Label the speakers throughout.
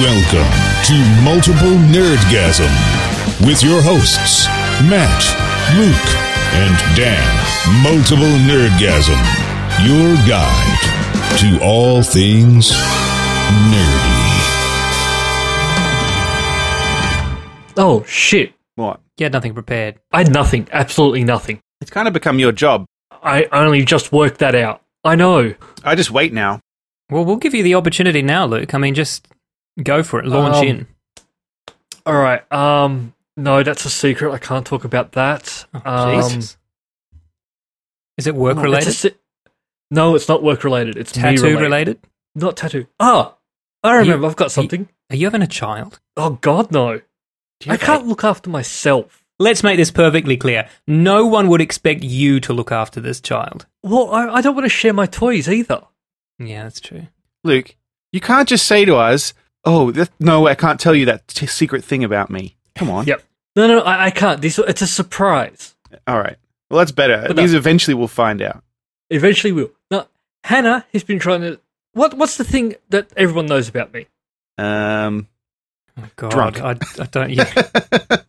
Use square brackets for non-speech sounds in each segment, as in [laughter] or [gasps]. Speaker 1: Welcome to Multiple Nerdgasm with your hosts, Matt, Luke, and Dan. Multiple Nerdgasm, your guide to all things nerdy.
Speaker 2: Oh shit!
Speaker 3: What?
Speaker 2: You had nothing prepared. I had nothing. Absolutely nothing.
Speaker 3: It's kind of become your job.
Speaker 2: I only just worked that out. I know.
Speaker 3: I just wait now.
Speaker 4: Well, we'll give you the opportunity now, Luke. I mean, just go for it. Launch
Speaker 2: Um,
Speaker 4: in.
Speaker 2: All right. Um. No, that's a secret. I can't talk about that. Um,
Speaker 4: Oh, Jesus. Is it work
Speaker 2: no,
Speaker 4: related?
Speaker 2: it's a se- no, it's not work related. It's me
Speaker 4: Tattoo related?
Speaker 2: Not tattoo. Ah, I remember. I've got something.
Speaker 4: Are you having a child?
Speaker 2: oh God, no!
Speaker 4: Do you
Speaker 2: I
Speaker 4: have
Speaker 2: can't
Speaker 4: a-
Speaker 2: look after myself.
Speaker 4: Let's make this perfectly clear. No one would expect you to look after this child.
Speaker 2: Well, I, I don't want to share my toys either.
Speaker 4: Yeah, that's true. Oh
Speaker 3: Luke, you can't just say to us, oh, th- no, I can't tell you that t- secret thing about me. Come
Speaker 2: [laughs]
Speaker 3: on.
Speaker 2: Yep. No, no, I, I can't. These. It's a surprise.
Speaker 3: All right. Well, that's better. At
Speaker 2: But no-
Speaker 3: least eventually we'll find out.
Speaker 2: Eventually, we'll. No, Hannah has been trying to. What? What's the thing that everyone knows about me?
Speaker 3: Um,
Speaker 4: Oh, God,
Speaker 3: Drunk.
Speaker 4: I, I
Speaker 2: [laughs]
Speaker 4: don't. Yeah.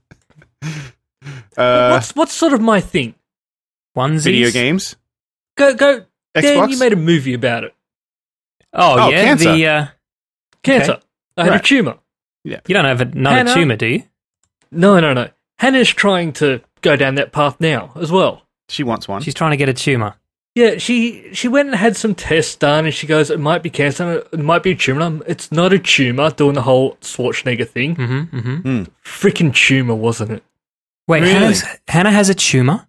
Speaker 3: uh,
Speaker 2: what's what's sort of my thing?
Speaker 4: Onesies.
Speaker 3: video games?
Speaker 2: Go go. Dan,
Speaker 3: Xbox?
Speaker 2: you made a movie about it.
Speaker 4: Oh,
Speaker 3: Oh,
Speaker 4: yeah.
Speaker 3: cancer.
Speaker 4: The uh,
Speaker 2: Cancer. I had a
Speaker 3: Right.
Speaker 2: tumor.
Speaker 4: you don't have another
Speaker 2: Hannah.
Speaker 4: tumor, do you?
Speaker 2: No, no, no. Hannah's trying to go down that path now as well.
Speaker 3: She wants one.
Speaker 4: She's trying to get a tumor.
Speaker 2: Yeah, she she went and had some tests done, and she goes, "It might be cancer. It might be a tumor. Um, It's not a tumor." Doing the whole Schwarzenegger thing.
Speaker 4: Mm-hmm, mm-hmm.
Speaker 2: Freaking tumor, wasn't it?
Speaker 4: Wait,
Speaker 3: Really?
Speaker 4: Hannah's, Hannah has a tumor.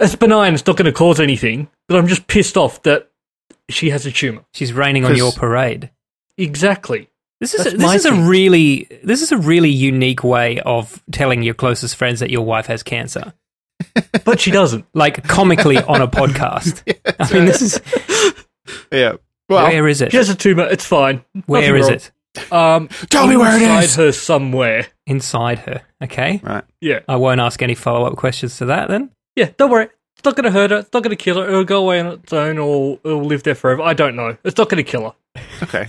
Speaker 2: It's benign. It's not going to cause anything. But I'm just pissed off that she has a tumor.
Speaker 4: She's raining on
Speaker 3: 'Cause-
Speaker 4: your parade.
Speaker 2: Exactly.
Speaker 4: This is
Speaker 2: That's
Speaker 4: this
Speaker 2: my
Speaker 4: is
Speaker 2: thing.
Speaker 4: a really this is a really unique way of telling your closest friends that your wife has cancer,
Speaker 2: But she doesn't.
Speaker 4: like comically on
Speaker 3: [laughs]
Speaker 4: a podcast. I mean, this is
Speaker 3: yeah. Well,
Speaker 4: where is it?
Speaker 2: She has a tumor. It's fine.
Speaker 4: where is it?
Speaker 2: it? Um,
Speaker 3: Tell me where it
Speaker 2: inside
Speaker 3: is.
Speaker 2: her somewhere.
Speaker 4: Inside her. Okay,
Speaker 3: right.
Speaker 2: Yeah.
Speaker 4: I won't ask any follow up questions to that. Then
Speaker 2: Yeah, don't worry. It's not going to hurt her. It's not going to kill her. It'll go away on its own or it'll live there forever. I don't know. It's not going to kill her.
Speaker 3: Okay.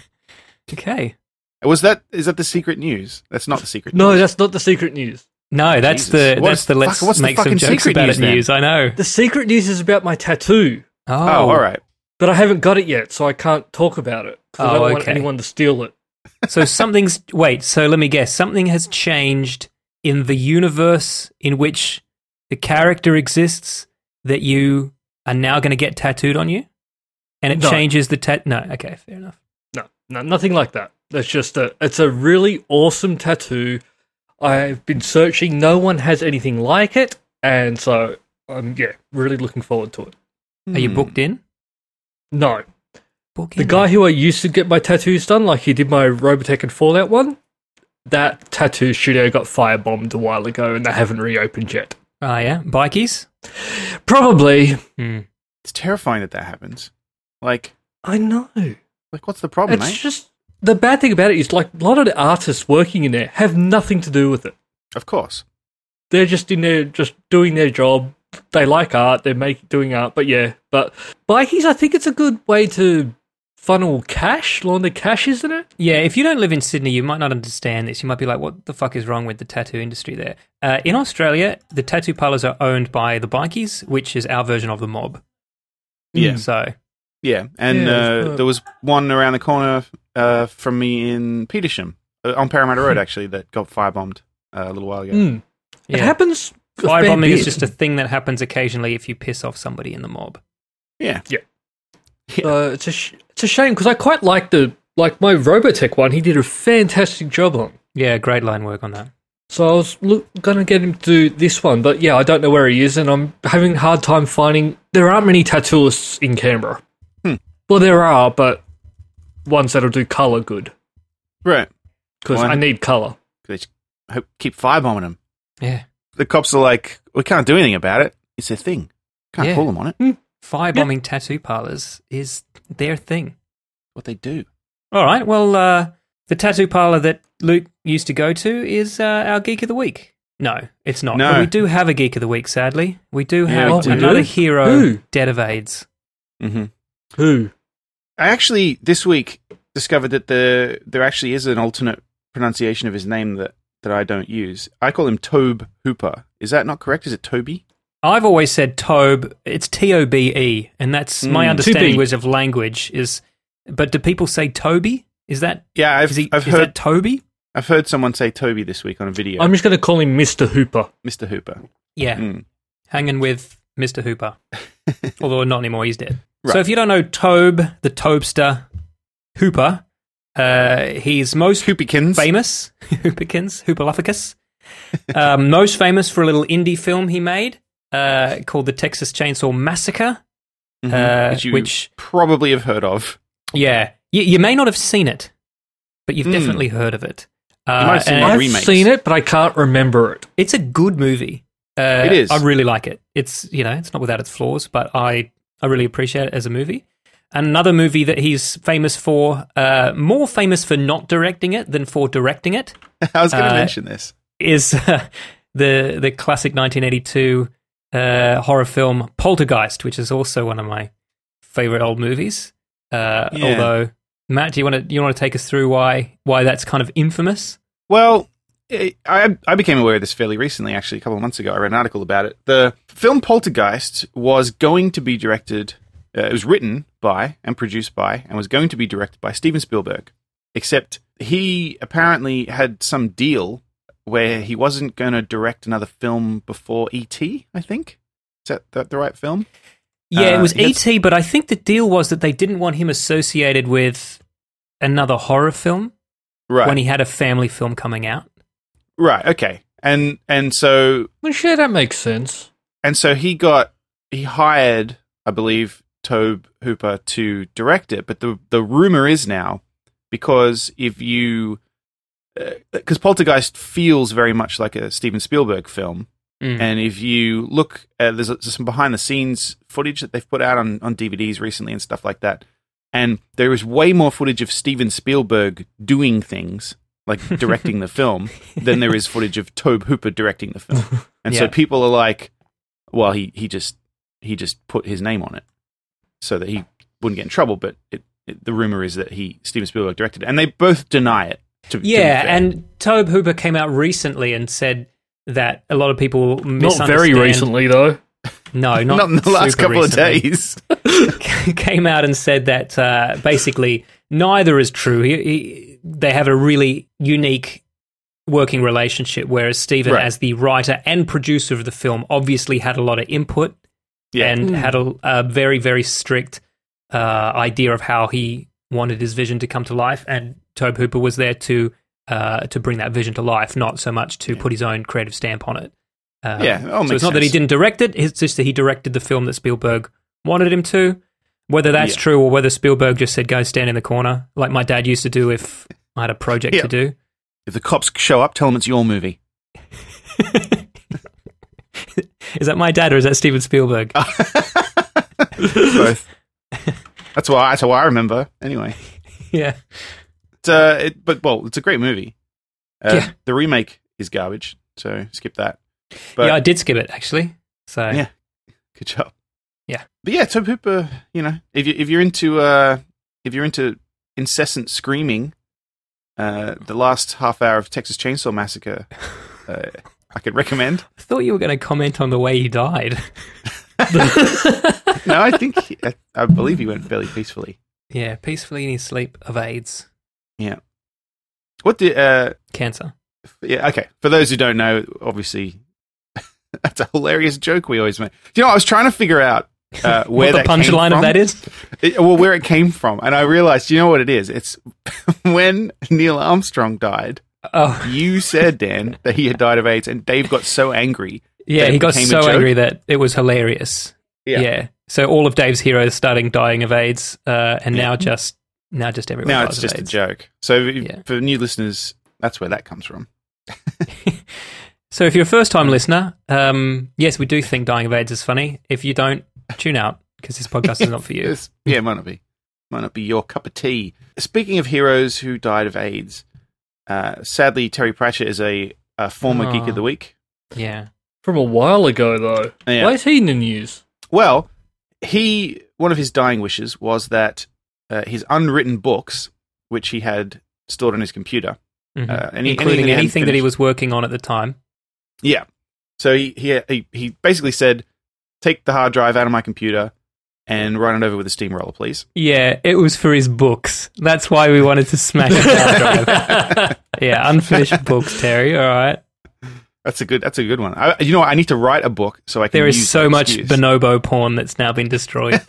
Speaker 4: okay.
Speaker 3: Was that, is that the secret news? That's not the secret
Speaker 2: No,
Speaker 3: news.
Speaker 2: that's not the secret news.
Speaker 4: No, that's
Speaker 3: Jesus.
Speaker 4: the
Speaker 3: What
Speaker 4: that's
Speaker 3: is-
Speaker 4: the let's
Speaker 3: fuck, what's the
Speaker 4: make some
Speaker 3: fucking
Speaker 4: jokes
Speaker 3: secret
Speaker 4: about
Speaker 3: news
Speaker 4: it
Speaker 3: then?
Speaker 4: news. I know.
Speaker 2: The secret news is about my tattoo,
Speaker 4: Oh,
Speaker 3: Oh, all right.
Speaker 2: but I haven't got it yet, so I can't talk about it. 'cause I
Speaker 4: Oh,
Speaker 2: don't want
Speaker 4: okay.
Speaker 2: anyone to steal it.
Speaker 4: So something's wait. So let me guess. Something has changed in the universe in which the character exists that you are now going to get tattooed on you, and it
Speaker 2: No.
Speaker 4: changes the tat. No, okay, fair enough.
Speaker 2: No, no, nothing like that. That's just a. It's a really awesome tattoo. I've been searching. No one has anything like it, and so I'm yeah, really looking forward to it.
Speaker 4: Are you
Speaker 3: Hmm.
Speaker 4: booked in?
Speaker 2: No,
Speaker 4: Book
Speaker 2: The
Speaker 4: in.
Speaker 2: guy who I used to get my tattoos done, like he did my Robotech and Fallout one, that tattoo studio got firebombed a while ago and they haven't reopened yet.
Speaker 4: Ah, yeah, bikies.
Speaker 2: Probably.
Speaker 4: Hmm.
Speaker 3: It's terrifying that that happens. Like,
Speaker 2: I know.
Speaker 3: like what's the problem,
Speaker 2: It's
Speaker 3: mate?
Speaker 2: just the bad thing about it is like a lot of the artists working in there have nothing to do with it.
Speaker 3: Of course.
Speaker 2: They're just in there just doing their job. They like art, they're make, doing art, but yeah. But bikies, I think it's a good way to funnel cash, launder cash, isn't it?
Speaker 4: Yeah, if you don't live in Sydney, you might not understand this. You might be like, "What the fuck is wrong with the tattoo industry there?" Uh, in Australia, the tattoo parlors are owned by the bikies, which is our version of the mob.
Speaker 3: Yeah.
Speaker 4: So
Speaker 3: Yeah, and
Speaker 2: Yeah,
Speaker 3: uh,
Speaker 2: uh,
Speaker 3: there was one around the corner uh, from me in Petersham uh, on Parramatta
Speaker 4: [laughs]
Speaker 3: Road, actually, that got firebombed uh, a little while ago.
Speaker 4: Hmm.
Speaker 2: Mm. It
Speaker 4: yeah.
Speaker 2: happens. a fair
Speaker 4: Firebombing is
Speaker 2: bit.
Speaker 4: just a thing that happens occasionally if you piss off somebody in the mob.
Speaker 3: Yeah,
Speaker 2: Uh, it's a sh- it's a shame because I quite like the like my Robotech one. He did a fantastic job on.
Speaker 4: Yeah, great line work on that.
Speaker 2: So I was look, gonna get him to do this one, but yeah, I don't know where he is, and I'm having a hard time finding. There aren't many tattooists in Canberra.
Speaker 3: Hmm.
Speaker 2: Well, there are, but ones that'll do color good
Speaker 3: right.
Speaker 2: because
Speaker 3: Why?
Speaker 2: I need color.
Speaker 3: They just hope, keep firebombing them.
Speaker 4: Yeah.
Speaker 3: The cops are like, we can't do anything about it. It's their thing. Can't
Speaker 4: Yeah. Hmm.
Speaker 3: call them on it.
Speaker 4: Firebombing tattoo parlors is their thing.
Speaker 3: What they do.
Speaker 4: All right. Well, uh, the tattoo parlor that Luke used to go to is uh, our Geek of the Week. No, it's not.
Speaker 3: No.
Speaker 4: But we do have a Geek of the Week, sadly. We do
Speaker 3: Yeah,
Speaker 4: have
Speaker 3: we do.
Speaker 4: another
Speaker 2: Who?
Speaker 4: hero
Speaker 2: Who?
Speaker 4: dead of AIDS.
Speaker 3: Mm-hmm.
Speaker 2: Who?
Speaker 3: I actually this week discovered that there there actually is an alternate pronunciation of his name that, that I don't use. I call him Tobe Hooper. Is that not correct? Is it Toby?
Speaker 4: I've always said Tobe. It's T O B E, and that's my
Speaker 3: Mm.
Speaker 4: understanding
Speaker 2: Tobe.
Speaker 4: was of language. Is but do people say Toby? Is that
Speaker 3: Yeah, I've
Speaker 4: is he-
Speaker 3: I've
Speaker 4: is
Speaker 3: heard
Speaker 4: that Toby?
Speaker 3: I've heard someone say Toby this week on a video.
Speaker 2: I'm just going to call him Mr. Hooper.
Speaker 3: Mr. Hooper.
Speaker 4: Yeah,
Speaker 3: Mm.
Speaker 4: hanging with
Speaker 3: [laughs]
Speaker 4: Mister Hooper, although not anymore. He's dead.
Speaker 3: Right.
Speaker 4: So if you don't know Tobe, the Tobester Hooper, uh, he's most
Speaker 3: Hoopykins.
Speaker 4: famous [laughs]
Speaker 3: [laughs]
Speaker 4: Hooperkins, Hooperluficus. Um, most famous for a little indie film he made uh, called The Texas Chainsaw Massacre,
Speaker 3: Mhm.
Speaker 4: uh,
Speaker 3: which you
Speaker 4: which-
Speaker 3: probably have heard of.
Speaker 4: Yeah, you, you may not have seen it, but you've
Speaker 3: Mm.
Speaker 4: definitely heard of it. Uh,
Speaker 3: might have seen
Speaker 4: and
Speaker 3: one
Speaker 2: I've
Speaker 3: remakes.
Speaker 2: seen it, but I can't remember it.
Speaker 4: It's a good movie. Uh,
Speaker 3: It is.
Speaker 4: I really like it. It's you know, it's not without its flaws, but I I really appreciate it as a movie. And another movie that he's famous for, uh, more famous for not directing it than for directing it,
Speaker 3: [laughs] I was going to
Speaker 4: Uh,
Speaker 3: mention this.
Speaker 4: is [laughs] uh, the the classic 1982 uh, horror film Poltergeist, which is also one of my favorite old movies. Uh,
Speaker 3: Yeah.
Speaker 4: Although, Matt, do you want to you want to take us through why why that's kind of infamous?
Speaker 3: Well, I, I I became aware of this fairly recently, actually, a couple of months ago. I read an article about it. The film Poltergeist was going to be directed, uh, it was written by and produced by, and was going to be directed by Steven Spielberg. Except he apparently had some deal where he wasn't going to direct another film before E.T., I think. Is that, that the right film?
Speaker 4: Yeah,
Speaker 3: Uh,
Speaker 4: it was
Speaker 3: he had-
Speaker 4: ET, but I think the deal was that they didn't want him associated with another horror film
Speaker 3: Right.
Speaker 4: when he had a family film coming out.
Speaker 3: right, okay. And and so
Speaker 2: Well, sure, that makes sense.
Speaker 3: and so he got he hired, I believe, Tobe Hooper to direct it. But the the rumor is now because if you because Poltergeist feels very much like a Steven Spielberg film,
Speaker 4: Mm.
Speaker 3: and if you look, uh, there's, there's some behind the scenes footage that they've put out on on DVDs recently and stuff like that. And there is way more footage of Steven Spielberg doing things,
Speaker 4: [laughs]
Speaker 3: like directing the film, than there is footage of Tobe Hooper directing the film.
Speaker 4: [laughs]
Speaker 3: And so
Speaker 4: Yeah.
Speaker 3: people are like, well, he, he just he just put his name on it so that he wouldn't get in trouble. But it, it, the rumor is that he Steven Spielberg directed it, and they both deny it. To, to be
Speaker 4: Yeah,
Speaker 3: fair.
Speaker 4: and Tobe Hooper came out recently and said that a lot of people
Speaker 2: Not
Speaker 4: misunderstand.
Speaker 2: very recently, though.
Speaker 3: [laughs]
Speaker 4: No, not,
Speaker 3: not, in the last
Speaker 4: super
Speaker 3: couple of
Speaker 4: recently.
Speaker 3: days.
Speaker 4: [laughs] came out and said that uh, basically neither is true. He, he, they have a really unique working relationship, whereas Stephen,
Speaker 3: Right.
Speaker 4: as the writer and producer of the film, obviously had a lot of input
Speaker 3: Yeah.
Speaker 4: and had a, a very, very strict uh, idea of how he wanted his vision to come to life. And Tobe Hooper was there to uh, to bring that vision to life, not so much to put his own creative stamp on it. Uh,
Speaker 3: Yeah, that all
Speaker 4: so
Speaker 3: makes
Speaker 4: it's not that he
Speaker 3: sense.
Speaker 4: didn't direct it; it's just that he directed the film that Spielberg wanted him to. Whether that's
Speaker 3: Yeah.
Speaker 4: true or whether Spielberg just said, "Go stand in the corner," like my dad used to do if I had a project
Speaker 3: Yeah.
Speaker 4: to do.
Speaker 3: If the cops show up, tell them it's your
Speaker 4: [laughs]
Speaker 3: movie.
Speaker 4: Is that my dad or is that Steven Spielberg?
Speaker 3: Ah. Both. that's why. That's how I remember. Anyway,
Speaker 4: [laughs] yeah.
Speaker 3: it's, uh, it, but well, it's a great movie. Uh,
Speaker 4: Yeah.
Speaker 3: The remake is garbage, so skip that. But
Speaker 4: yeah, I did skip it actually. So
Speaker 3: Yeah. good job.
Speaker 4: Yeah.
Speaker 3: But yeah, Tobe Hooper. You know, if you if you're into uh, if you're into incessant screaming, uh, the last half hour of Texas Chainsaw Massacre, uh, I could recommend.
Speaker 4: I thought you were going to comment on the way he died.
Speaker 3: No, I think he- I, I believe he went fairly peacefully.
Speaker 4: Yeah, peacefully in his sleep of AIDS
Speaker 3: What did uh?
Speaker 4: cancer.
Speaker 3: Yeah, okay. For those who don't know, obviously, [laughs] that's a hilarious joke we always make. Do you know, I was trying to figure out uh, where that
Speaker 4: what the
Speaker 3: came
Speaker 4: punchline
Speaker 3: from.
Speaker 4: of that is?
Speaker 3: It- well, where it came from, and I realized, you know what it is? It's [laughs] when Neil Armstrong died.
Speaker 4: Oh,
Speaker 3: You said Dan that he had died of AIDS, and Dave got so angry.
Speaker 4: yeah,
Speaker 3: That it
Speaker 4: he got
Speaker 3: became a
Speaker 4: so
Speaker 3: joke?
Speaker 4: angry that it was hilarious. Yeah. So all of Dave's heroes starting dying of AIDS, uh, and now just now just everyone.
Speaker 3: Now
Speaker 4: dies
Speaker 3: it's
Speaker 4: of
Speaker 3: just a
Speaker 4: AIDS.
Speaker 3: joke. So if-
Speaker 4: Yeah.
Speaker 3: for new listeners, that's where that comes from.
Speaker 4: So if you're a first time listener, um, yes, we do think dying of AIDS is funny. If you don't, tune out because this podcast is not
Speaker 3: [laughs]
Speaker 4: for you.
Speaker 3: It's- yeah, it might not be. Might not be your cup of tea. Speaking of heroes who died of AIDS, uh, sadly, Terry Pratchett is a, a former Geek
Speaker 4: Aw.
Speaker 3: of the Week.
Speaker 4: Yeah.
Speaker 2: From a while ago, though.
Speaker 3: Yeah.
Speaker 2: Why is he in the news?
Speaker 3: Well, he one of his dying wishes was that uh, his unwritten books, which he had stored on his computer,
Speaker 4: Mhm.
Speaker 3: Uh, any-
Speaker 4: including
Speaker 3: he hadn't
Speaker 4: anything that he
Speaker 3: finished.
Speaker 4: was working on at the time.
Speaker 3: Yeah. So he, he he he basically said, "Take the hard drive out of my computer and run it over with a steamroller, please."
Speaker 4: Yeah, it was for his books. That's why we wanted to smash his hard drive.
Speaker 3: [laughs]
Speaker 4: [laughs] Yeah, unfinished books, Terry. All right.
Speaker 3: That's a good. That's a good one. I, you know, what? I need to write a book so I can.
Speaker 4: There is
Speaker 3: use
Speaker 4: so
Speaker 3: that
Speaker 4: much
Speaker 3: excuse.
Speaker 4: bonobo porn that's now been
Speaker 3: [laughs]
Speaker 4: destroyed.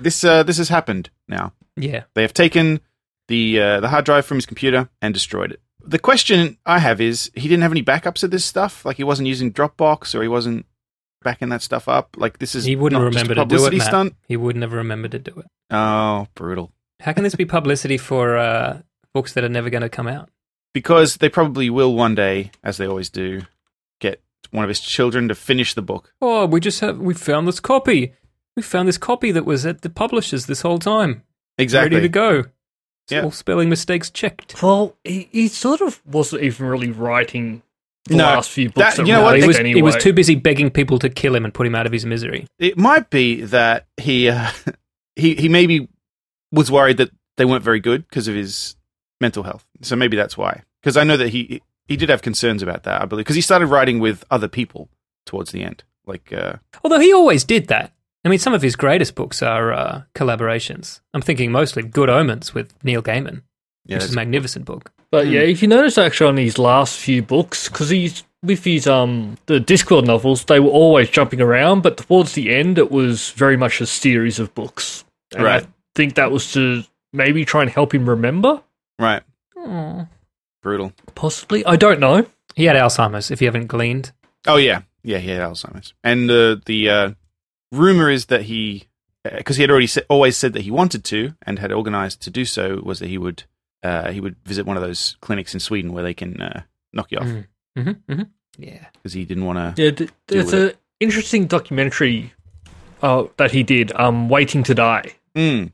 Speaker 3: this uh, this has happened now.
Speaker 4: yeah.
Speaker 3: They have taken the uh, the hard drive from his computer and destroyed it. The question I have is, he didn't have any backups of this stuff. Like he wasn't using Dropbox or he wasn't backing that stuff up. Like this is
Speaker 4: He wouldn't
Speaker 3: not just
Speaker 4: remember
Speaker 3: a
Speaker 4: to do it.
Speaker 3: publicity
Speaker 4: Matt.
Speaker 3: stunt.
Speaker 4: He wouldn't have remembered to do it.
Speaker 3: Oh, brutal.
Speaker 4: How can this be publicity for uh, books that are never going to come out?
Speaker 3: Because they probably will one day, as they always do, get one of his children to finish the book.
Speaker 4: Oh, we just have we found this copy. We found this copy that was at the publishers this whole time,
Speaker 3: Exactly.
Speaker 4: ready to go. It's
Speaker 3: Yeah.
Speaker 4: All spelling mistakes checked.
Speaker 2: well, he, he sort of wasn't even really writing the
Speaker 3: No,
Speaker 2: last few
Speaker 3: that-
Speaker 2: books. That,
Speaker 3: you know
Speaker 2: were
Speaker 3: what?
Speaker 4: he
Speaker 2: released
Speaker 4: was
Speaker 2: anyway.
Speaker 4: he was too busy begging people to kill him and put him out of his misery.
Speaker 3: It might be that he uh, [laughs] he he maybe was worried that they weren't very good because of his mental health. So maybe that's why. Because I know that he he did have concerns about that. I believe because he started writing with other people towards the end. Like uh,
Speaker 4: Although he always did that. I mean, some of his greatest books are uh, collaborations. I'm thinking mostly Good Omens with Neil Gaiman,
Speaker 3: yeah,
Speaker 4: which is
Speaker 3: that's-
Speaker 4: a magnificent book.
Speaker 2: But
Speaker 3: Hmm.
Speaker 2: yeah, if you notice actually on his last few books, because he's with his um the Discworld novels, they were always jumping around, but towards the end it was very much a series of books. And
Speaker 3: Right.
Speaker 2: I think that was to maybe try and help him remember,
Speaker 3: right brutal.
Speaker 2: possibly. I don't know.
Speaker 4: He had Alzheimer's, if you haven't gleaned.
Speaker 3: Oh yeah, yeah, he had Alzheimer's, and uh, the uh, rumor is that he, because he had already sa- always said that he wanted to and had organized to do so, was that he would uh, he would visit one of those clinics in Sweden where they can uh, knock you off
Speaker 4: Mm. hmm hmm Yeah.
Speaker 3: because he didn't want to.
Speaker 2: Yeah, th-
Speaker 3: Deal
Speaker 2: it's
Speaker 3: with
Speaker 2: an interesting documentary uh, that he did, um, Waiting to Die,
Speaker 3: Mm,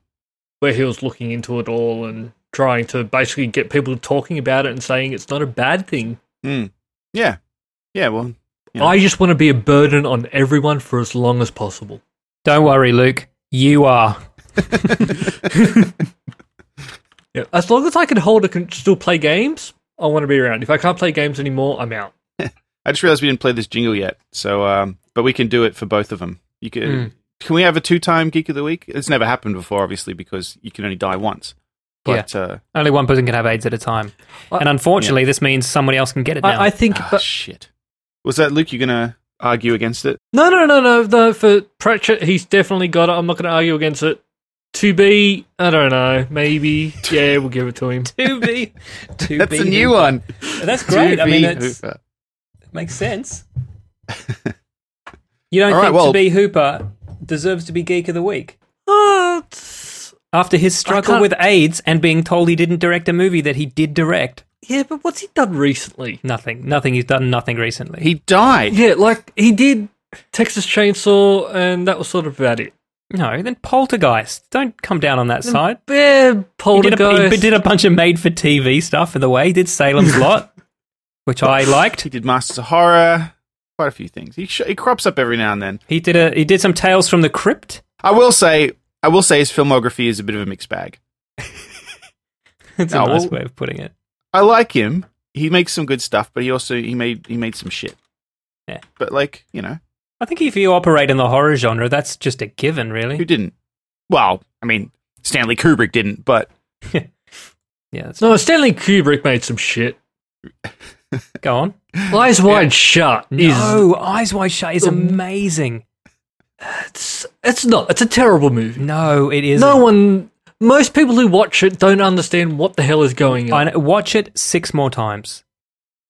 Speaker 2: where he was looking into it all and trying to basically get people talking about it and saying it's not a bad thing.
Speaker 3: mm. Yeah, yeah. Well, Yeah.
Speaker 2: I just want to be a burden on everyone for as long as possible.
Speaker 4: Don't worry, Luke. You are.
Speaker 2: Yeah. As long as I can hold it and still play games, I want to be around. If I can't play games anymore, I'm out.
Speaker 3: I just realized we didn't play this jingle yet, so um, but we can do it for both of them. You can.
Speaker 4: Mm.
Speaker 3: Can we have a two-time geek of the week? It's never happened before, obviously, because you can only die once. But uh,
Speaker 4: Only one person can have AIDS at a time.
Speaker 2: I-
Speaker 4: and unfortunately, this means somebody else can get it now.
Speaker 2: I, I think,
Speaker 3: ah,
Speaker 2: but
Speaker 3: shit. Was that Luke? You gonna argue against it?
Speaker 2: no, no, no, no, no. For Pratchett, he's definitely got it. I'm not going to argue against it. To be, I don't know, maybe. Yeah, we'll give it to
Speaker 4: [laughs]
Speaker 2: him.
Speaker 4: to be. To
Speaker 3: That's
Speaker 4: be
Speaker 3: a new one.
Speaker 4: That's great. I mean, it's,
Speaker 3: Hooper.
Speaker 4: it
Speaker 3: [laughs]
Speaker 4: makes sense. You don't
Speaker 3: All right,
Speaker 4: think
Speaker 3: well-
Speaker 4: To Be Hooper deserves to be Geek of the Week?
Speaker 2: What?
Speaker 4: After his struggle
Speaker 2: can't-
Speaker 4: with AIDS and being told he didn't direct a movie that he did direct,
Speaker 2: Yeah, but what's he done recently?
Speaker 4: nothing. Nothing. He's done nothing recently.
Speaker 3: He died.
Speaker 2: Yeah, like he did Texas Chainsaw, and that was sort of about it.
Speaker 4: no, then Poltergeist. Don't come down on that side.
Speaker 2: Yeah,
Speaker 4: He did, a,
Speaker 2: Poltergeist.
Speaker 4: he did a bunch of made for TV stuff in the way. He
Speaker 2: [laughs]
Speaker 4: did Salem's Lot, which I liked.
Speaker 3: He did Masters of Horror. Quite a few things. He sh- he crops up every now and then.
Speaker 4: He did a he did some Tales from the Crypt. [laughs]
Speaker 3: I will say, I will say, his filmography is a bit of a mixed bag.
Speaker 4: It's a
Speaker 3: Oh,
Speaker 4: nice
Speaker 3: well-
Speaker 4: way of putting it.
Speaker 3: I like him. He makes some good stuff, but he also he made he made some shit.
Speaker 4: Yeah.
Speaker 3: But like you know,
Speaker 4: I think if you operate in the horror genre, that's just a given,
Speaker 3: who
Speaker 4: really.
Speaker 3: didn't? Well, I mean, Stanley Kubrick didn't, but
Speaker 4: [laughs] Yeah, that's,
Speaker 2: no, Stanley Kubrick made some shit.
Speaker 4: go on.
Speaker 2: Eyes Wide Shut is
Speaker 4: No, Eyes Wide Shut is amazing.
Speaker 2: it's, it's not. It's a terrible movie.
Speaker 4: No, it is.
Speaker 2: No one, most people who watch it don't understand what the hell is going on.
Speaker 4: I know, watch it six
Speaker 3: [laughs]
Speaker 4: more times.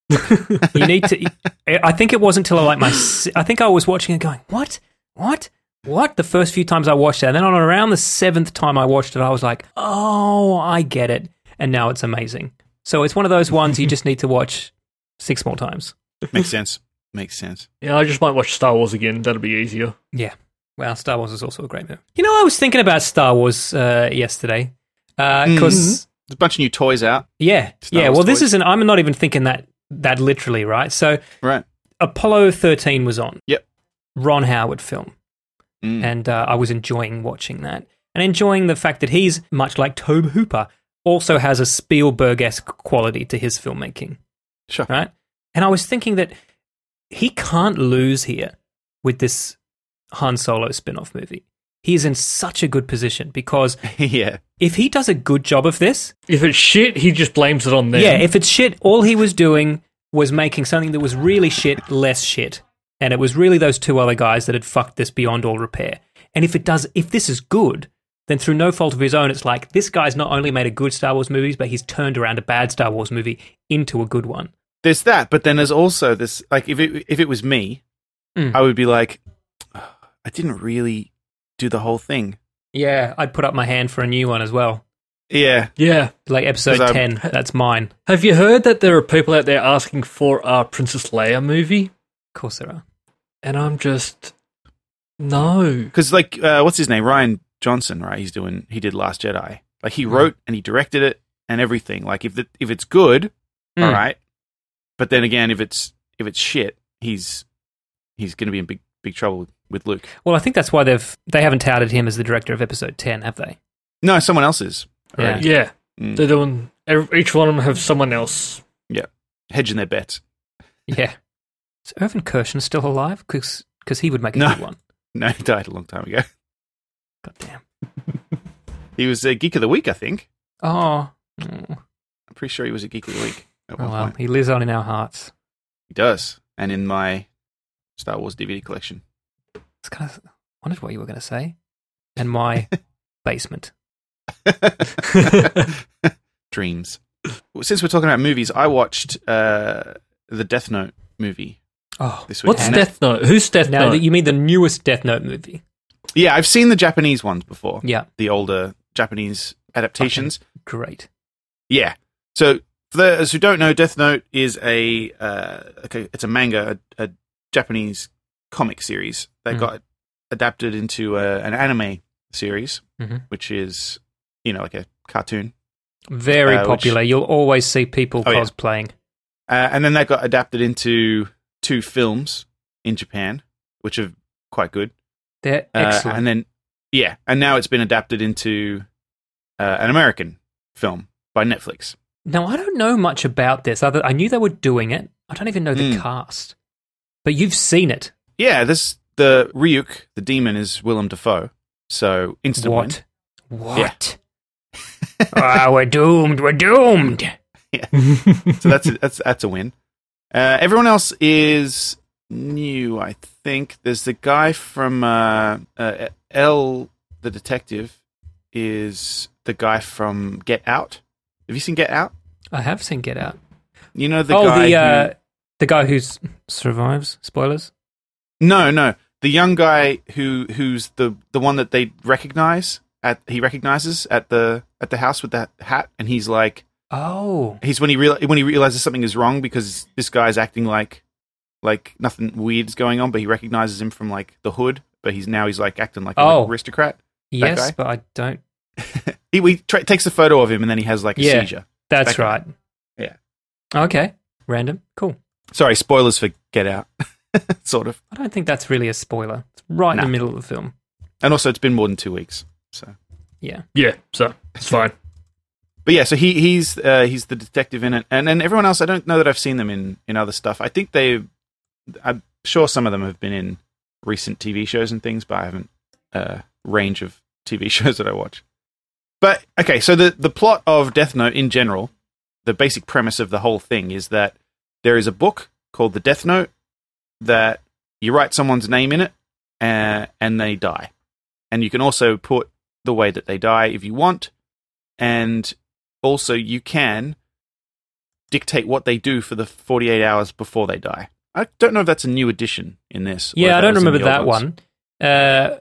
Speaker 4: you need to. I think it wasn't till like my. s- I think I was watching it going, what, what, what? The first few times I watched it, and then on around the seventh time I watched it, I was like, oh, I get it, and now it's amazing. So it's one of those ones you just need to watch six more times.
Speaker 3: makes sense. Makes sense.
Speaker 2: Yeah, I just might watch Star Wars again. That'll be easier.
Speaker 4: Yeah. Well, Star Wars is also a great movie. You know, I was thinking about Star Wars uh, yesterday because.
Speaker 3: There's a bunch of new toys out.
Speaker 4: Yeah,
Speaker 3: Mm. Star
Speaker 4: yeah.
Speaker 3: Wars
Speaker 4: Well, this
Speaker 3: toys.
Speaker 4: isn't. I'm not even thinking that that literally, right? So
Speaker 3: Right.
Speaker 4: Apollo 13 was on.
Speaker 3: Yep.
Speaker 4: Ron Howard film,
Speaker 3: Mm.
Speaker 4: and uh, I was enjoying watching that and enjoying the fact that he's much like Tobe Hooper, also has a Spielberg esque quality to his filmmaking,
Speaker 3: Sure.
Speaker 4: right? And I was thinking that he can't lose here with this Han Solo spin off movie. He is in such a good position because
Speaker 3: [laughs] yeah.
Speaker 4: if he does a good job of this,
Speaker 2: If it's shit, he just blames it on them.
Speaker 4: yeah, if it's shit, all he was doing was making something that was really shit less shit. And it was really those two other guys that had fucked this beyond all repair. And if it does, if this is good, then through no fault of his own, it's like this guy's not only made a good Star Wars movie, but he's turned around a bad Star Wars movie into a good one.
Speaker 3: There's that, but then there's also this. Like, if it if it was me,
Speaker 4: Mm.
Speaker 3: I would be like, "Ugh, I didn't really do the whole thing.
Speaker 4: Yeah, I'd put up my hand for a new one as well.
Speaker 3: Yeah,
Speaker 2: yeah.
Speaker 4: Like episode
Speaker 3: 'Cause I'm-
Speaker 4: 10, that's mine.
Speaker 2: Have you heard that there are people out there asking for a Princess Leia movie?
Speaker 4: Of course there are.
Speaker 2: And I'm just no.
Speaker 3: because like, uh, what's his name? Ryan Johnson, right? He's doing. He did Last Jedi. Like, he wrote and he directed it and everything. Like, if the, if it's good,
Speaker 4: Mm.
Speaker 3: all right. But then again, if it's if it's shit, he's he's going to be in big big trouble with, with Luke.
Speaker 4: Well, I think that's why they've they haven't touted him as the director of episode 10, have they?
Speaker 3: No, someone else is already
Speaker 2: Yeah,
Speaker 3: Mm.
Speaker 2: they're doing. ev- Each one of them have someone
Speaker 4: [laughs]
Speaker 2: else.
Speaker 3: hedging their bets. [laughs]
Speaker 4: Yeah. Is Irvin Kershner still alive? Because he would make a
Speaker 3: No.
Speaker 4: good one.
Speaker 3: No, he died a long time ago.
Speaker 4: God damn.
Speaker 3: He was a geek of the week, I think.
Speaker 4: Oh. Mm.
Speaker 3: I'm pretty sure he was a geek of the week at
Speaker 4: Oh,
Speaker 3: one
Speaker 4: well,
Speaker 3: point.
Speaker 4: he lives on in our hearts.
Speaker 3: He does, and in my Star Wars DVD collection.
Speaker 4: It's kind of wondered what you were going to say.
Speaker 3: [laughs]
Speaker 4: And my basement.
Speaker 3: Dreams. Well, Since we're talking about movies, I watched uh, the Death Note movie
Speaker 4: Oh,
Speaker 3: this week.
Speaker 2: What's
Speaker 3: And-
Speaker 2: Death Note? Who's Death
Speaker 4: now
Speaker 2: Note?
Speaker 4: that you mean the newest Death Note movie?
Speaker 3: Yeah, I've seen the Japanese ones before.
Speaker 4: Yeah,
Speaker 3: The older Japanese adaptations.
Speaker 4: great.
Speaker 3: Yeah. So for those who don't know, Death Note is a uh, okay, it's a manga, a, a Japanese comic series that
Speaker 4: Mm.
Speaker 3: got adapted into uh an anime series,
Speaker 4: Mhm.
Speaker 3: which is you know like a cartoon,
Speaker 4: Very
Speaker 3: Uh, which-
Speaker 4: popular. You'll always see people
Speaker 3: Oh, yeah.
Speaker 4: cosplaying.
Speaker 3: uh, and then that got adapted into two films in Japan, which are quite good.
Speaker 4: They're
Speaker 3: Uh,
Speaker 4: excellent.
Speaker 3: and then yeah, and now it's been adapted into uh, an American film by Netflix.
Speaker 4: Now, I don't know much about this. Other, I knew they were doing it. I don't even know the
Speaker 3: Mm.
Speaker 4: cast. But you've seen it.
Speaker 3: Yeah, this the Ryuk, the demon, is Willem Dafoe. So instant win.
Speaker 4: What? What? [laughs] Ah, we're doomed. We're doomed.
Speaker 3: So that's a, that's that's a win. Uh, everyone else is new, I think. There's the guy from uh, uh, L, the detective, is the guy from Get Out. Have you seen Get Out?
Speaker 4: I have seen Get Out.
Speaker 3: You know the
Speaker 4: oh,
Speaker 3: guy.
Speaker 4: the uh,
Speaker 3: who-
Speaker 4: the guy who survives. Spoilers.
Speaker 3: no, no, the young guy who who's the the one that they recognize at he recognizes at the at the house with that hat, and he's like.
Speaker 4: Oh,
Speaker 3: he's when he real when he realizes something is wrong because this guy's acting like like nothing weird's going on, but he recognizes him from like the hood. But he's now he's like acting like
Speaker 4: Oh.
Speaker 3: an aristocrat.
Speaker 4: yes,
Speaker 3: guy?
Speaker 4: but I don't.
Speaker 3: He, he tra- takes a photo of him and then he has like a
Speaker 4: Yeah.
Speaker 3: seizure.
Speaker 4: That's
Speaker 3: That guy.
Speaker 4: right.
Speaker 3: Yeah.
Speaker 4: Okay. Random. Cool.
Speaker 3: Sorry, spoilers for Get Out, [laughs] sort of.
Speaker 4: I don't think that's really a spoiler. It's right in
Speaker 3: Nah.
Speaker 4: the middle of the film.
Speaker 3: And also, it's been more than two weeks. So,
Speaker 4: Yeah.
Speaker 2: yeah, so it's fine.
Speaker 3: but yeah, so he he's uh, he's the detective in it, and and everyone else. I don't know that I've seen them in in other stuff. I think they, I'm sure some of them have been in recent TV shows and things, but I haven't uh, range of TV [laughs] shows that I watch. But okay, so the the plot of Death Note in general, the basic premise of the whole thing is that there is a book called the Death Note that you write someone's name in it uh, and they die, and you can also put the way that they die if you want, and also you can dictate what they do for the 48 hours before they die. I don't know if that's a new addition in this. or if
Speaker 4: Yeah, I don't
Speaker 3: was in
Speaker 4: remember
Speaker 3: the old
Speaker 4: that
Speaker 3: ones.
Speaker 4: one. Uh,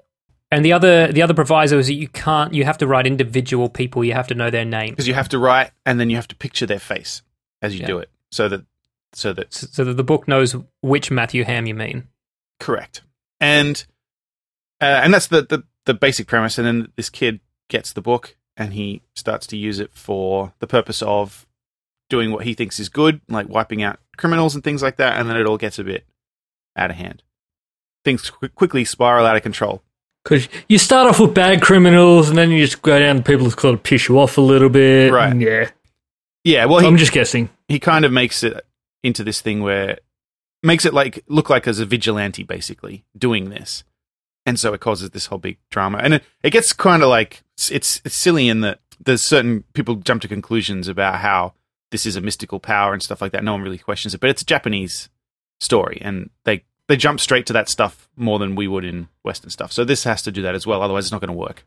Speaker 4: and the other the other proviso is that you can't. You have to write individual people. You have to know their name
Speaker 3: because you have to write and then you have to picture their face as you
Speaker 4: Yeah.
Speaker 3: do it so that so that
Speaker 4: so so that the book knows which Matthew Ham you mean.
Speaker 3: correct and uh, and that's the, the the basic premise and then this kid gets the book and he starts to use it for the purpose of doing what he thinks is good like wiping out criminals and things like that and then it all gets a bit out of hand things qu- quickly spiral out of control
Speaker 2: Because you start off with bad criminals, and then you just go down to people who sort of piss you off a little bit.
Speaker 3: Right.
Speaker 2: and Yeah.
Speaker 3: Yeah, well,
Speaker 2: I'm
Speaker 3: he,
Speaker 2: just guessing.
Speaker 3: he kind of makes it into this thing where makes it like look like as a vigilante basically doing this, and so it causes this whole big drama, and it, it gets kind of like it's, it's it's silly in that there's certain people jump to conclusions about how this is a mystical power and stuff like that. No one really questions it, but it's a Japanese story, and they they jump straight to that stuff more than we would in Western stuff. So this has to do that as well, otherwise it's not going to work.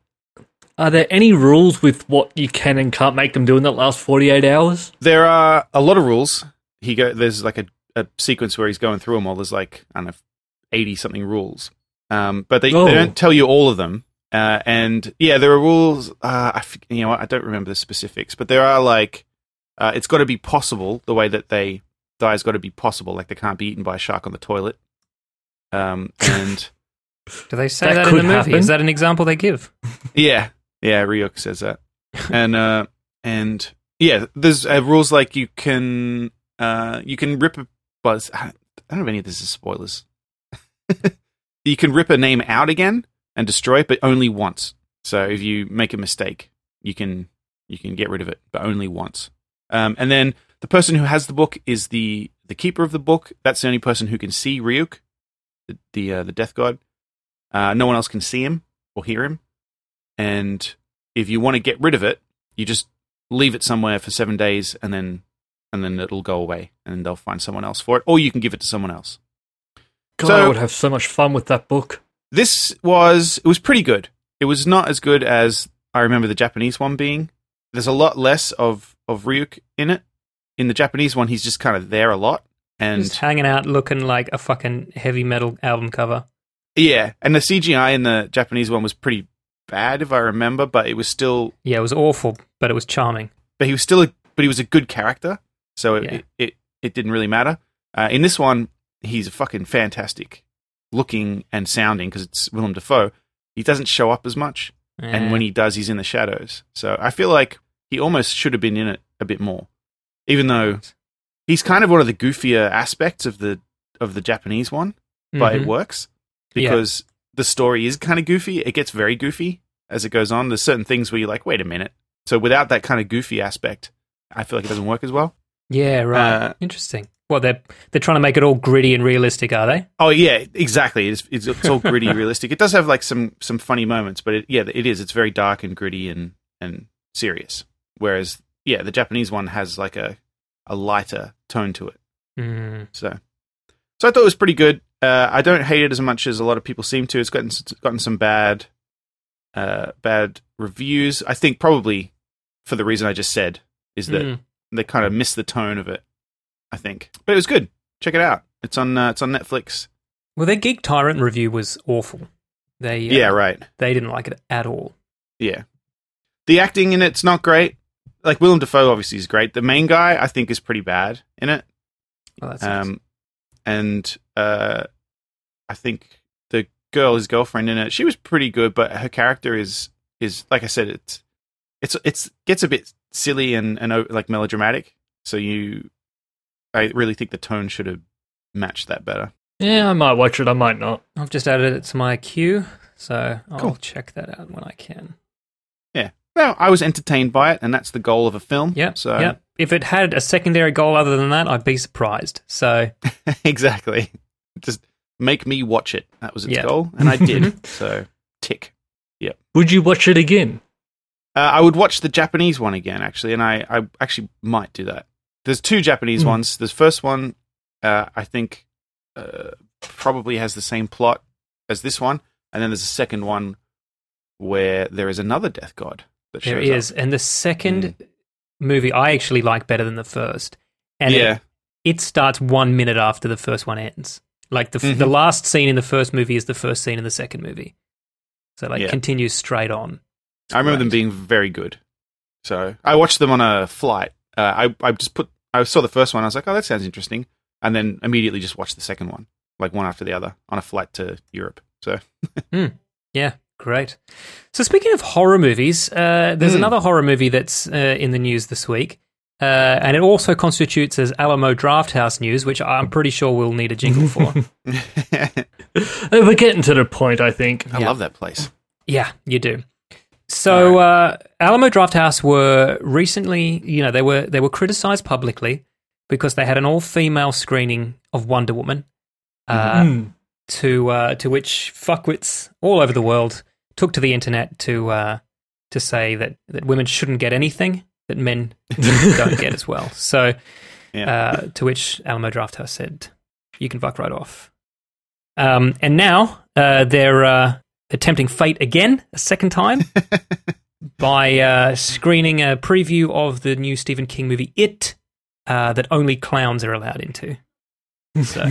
Speaker 2: Are there any rules with what you can and can't make them do in that last 48 hours?
Speaker 3: There are a lot of rules. He go there's like a, a sequence where he's going through them all. There's like I don't know eighty something rules, um, but they,
Speaker 2: Oh.
Speaker 3: they don't tell you all of them. Uh, and yeah, there are rules. Uh, I f- you know what, I don't remember the specifics, but there are like uh, it's got to be possible. The way that they die has got to be possible. Like they can't be eaten by a shark on the toilet. Um, and
Speaker 4: Do they say
Speaker 2: That
Speaker 4: that, in the
Speaker 2: could
Speaker 4: movie?
Speaker 2: happen.
Speaker 4: Is that an example they give?
Speaker 3: Yeah, yeah. Ryuk says that, and uh, and yeah, there's uh, rules like you can uh, you can rip a buzz. I don't know if any of this is spoilers. [laughs] you can rip a name out again and destroy it, but only once. So if you make a mistake, you can you can get rid of it, but only once. Um, and then the person who has the book is the the keeper of the book. That's the only person who can see Ryuk, the the, uh, the death god. Uh, no one else can see him or hear him and if you want to get rid of it, you just leave it somewhere for seven days, and then and then it'll go away, and they'll find someone else for it, or you can give it to someone else.
Speaker 2: God,
Speaker 3: So-
Speaker 2: I would have so much fun with that book.
Speaker 3: This was it was pretty good. It was not as good as I remember the Japanese one being. There's a lot less of of Ryuk in it. In the Japanese one, he's just kind of there a lot, and
Speaker 4: Just hanging out looking like a fucking heavy metal album cover.
Speaker 3: yeah, and the CGI in the Japanese one was pretty bad if I remember, but it was still
Speaker 4: Yeah, it was awful, but it was charming.
Speaker 3: but he was still a but he was a good character, so it
Speaker 4: Yeah.
Speaker 3: it, it, it didn't really matter. Uh, in this one, he's fucking fantastic looking and sounding because it's Willem Dafoe. He doesn't show up as much, and when he does, he's in the shadows. So I feel like he almost should have been in it a bit more, even though he's kind of one of the goofier aspects of the of the Japanese one but
Speaker 2: Mm-hmm.
Speaker 4: Mm-hmm.
Speaker 3: it works
Speaker 4: Yeah.
Speaker 3: because the story is kind of goofy. It gets very goofy as it goes on. There's certain things where you're like, wait a minute. So without that kind of goofy aspect, I feel like it doesn't work as well.
Speaker 4: yeah, right.
Speaker 3: Uh,
Speaker 4: Interesting. Well, they're they're trying to make it all gritty and realistic, are they?
Speaker 3: Oh yeah, exactly. It's, it's, it's all gritty, realistic. It does have like some some funny moments, but it, yeah, it is. It's very dark and gritty and and serious. Whereas yeah, the Japanese one has like a a lighter tone to it.
Speaker 2: Mm-hmm.
Speaker 4: Mm.
Speaker 3: So, so I thought it was pretty good. Uh, I don't hate it as much as a lot of people seem to. It's gotten it's gotten some bad, uh, bad reviews. I think probably for the reason I just said is that
Speaker 4: Mm.
Speaker 3: they kind of missed the tone of it. I think, but it was good. Check it out. It's on uh, it's on Netflix.
Speaker 4: Well, their Geek Tyrant review was awful. They uh,
Speaker 3: Yeah. right.
Speaker 4: they didn't like it at all.
Speaker 3: Yeah, the acting in it's not great. Like Willem Dafoe obviously is great. The main guy I think is pretty bad in it.
Speaker 4: Well, that's nice.
Speaker 3: Um, and uh, I think the girl, his girlfriend in it, she was pretty good, but her character is is like I said, it's it's it's gets a bit silly and and o- like melodramatic. So you, I really think the tone should have matched that better.
Speaker 2: Yeah, I might watch it. I might not.
Speaker 4: I've just added it to my queue, so I'll
Speaker 3: Cool.
Speaker 4: check that out when I can.
Speaker 3: No, I was entertained by it, and that's the goal of a film.
Speaker 4: Yep.
Speaker 3: So
Speaker 4: yep. If it had a secondary goal other than that, I'd be surprised. So
Speaker 3: [laughs] exactly, just make me watch it. That was its
Speaker 4: Yeah.
Speaker 3: goal, and I
Speaker 4: [laughs]
Speaker 3: did. so tick.
Speaker 2: Would you watch it again?
Speaker 3: Uh, I would watch the Japanese one again, actually, and I, I actually might do that. There's two Japanese
Speaker 4: Hmm.
Speaker 3: ones. This first one, uh, I think, uh, probably has the same plot as this one, and then there's a second one where there is another death god that
Speaker 4: there
Speaker 3: shows
Speaker 4: is.
Speaker 3: up.
Speaker 4: And the second
Speaker 3: Mm.
Speaker 4: movie I actually like better than the first. And
Speaker 3: yeah,
Speaker 4: it, it starts one minute after the first one ends. Like the, f the
Speaker 3: Mhm.
Speaker 4: last scene in the first movie is the first scene in the second movie. So like
Speaker 3: Yeah.
Speaker 4: continues straight on.
Speaker 3: I remember them
Speaker 4: Right.
Speaker 3: being very good. So I watched them on a flight. Uh, I I just put I saw the first one. I was like, oh, that sounds interesting, and then immediately just watched the second one, like one after the other, on a flight to Europe. So
Speaker 4: Yeah, great. So speaking of horror movies, uh, there's
Speaker 3: Mm.
Speaker 4: another horror movie that's uh, in the news this week. Uh, and it also constitutes as Alamo Drafthouse news, which I'm pretty sure we'll need a
Speaker 3: [laughs]
Speaker 4: jingle for.
Speaker 2: Uh, We're getting to the point, I think.
Speaker 3: I love that place.
Speaker 4: Yeah, you do. So uh, Alamo Drafthouse were recently, you know, they were they were criticized publicly because they had an all female screening of Wonder Woman,
Speaker 2: Mm-hmm.
Speaker 4: uh,
Speaker 2: Hmm.
Speaker 4: to uh, to which fuckwits all over the world took to the internet to uh, to say that that women shouldn't get anything that men don't get as well. So
Speaker 3: Yeah.
Speaker 4: uh, to which Alamo Drafthouse said, "You can fuck right off." Um, and now uh, they're uh, attempting fate again, a second time, by uh, screening a preview of the new Stephen King movie It uh, that only clowns are allowed into. So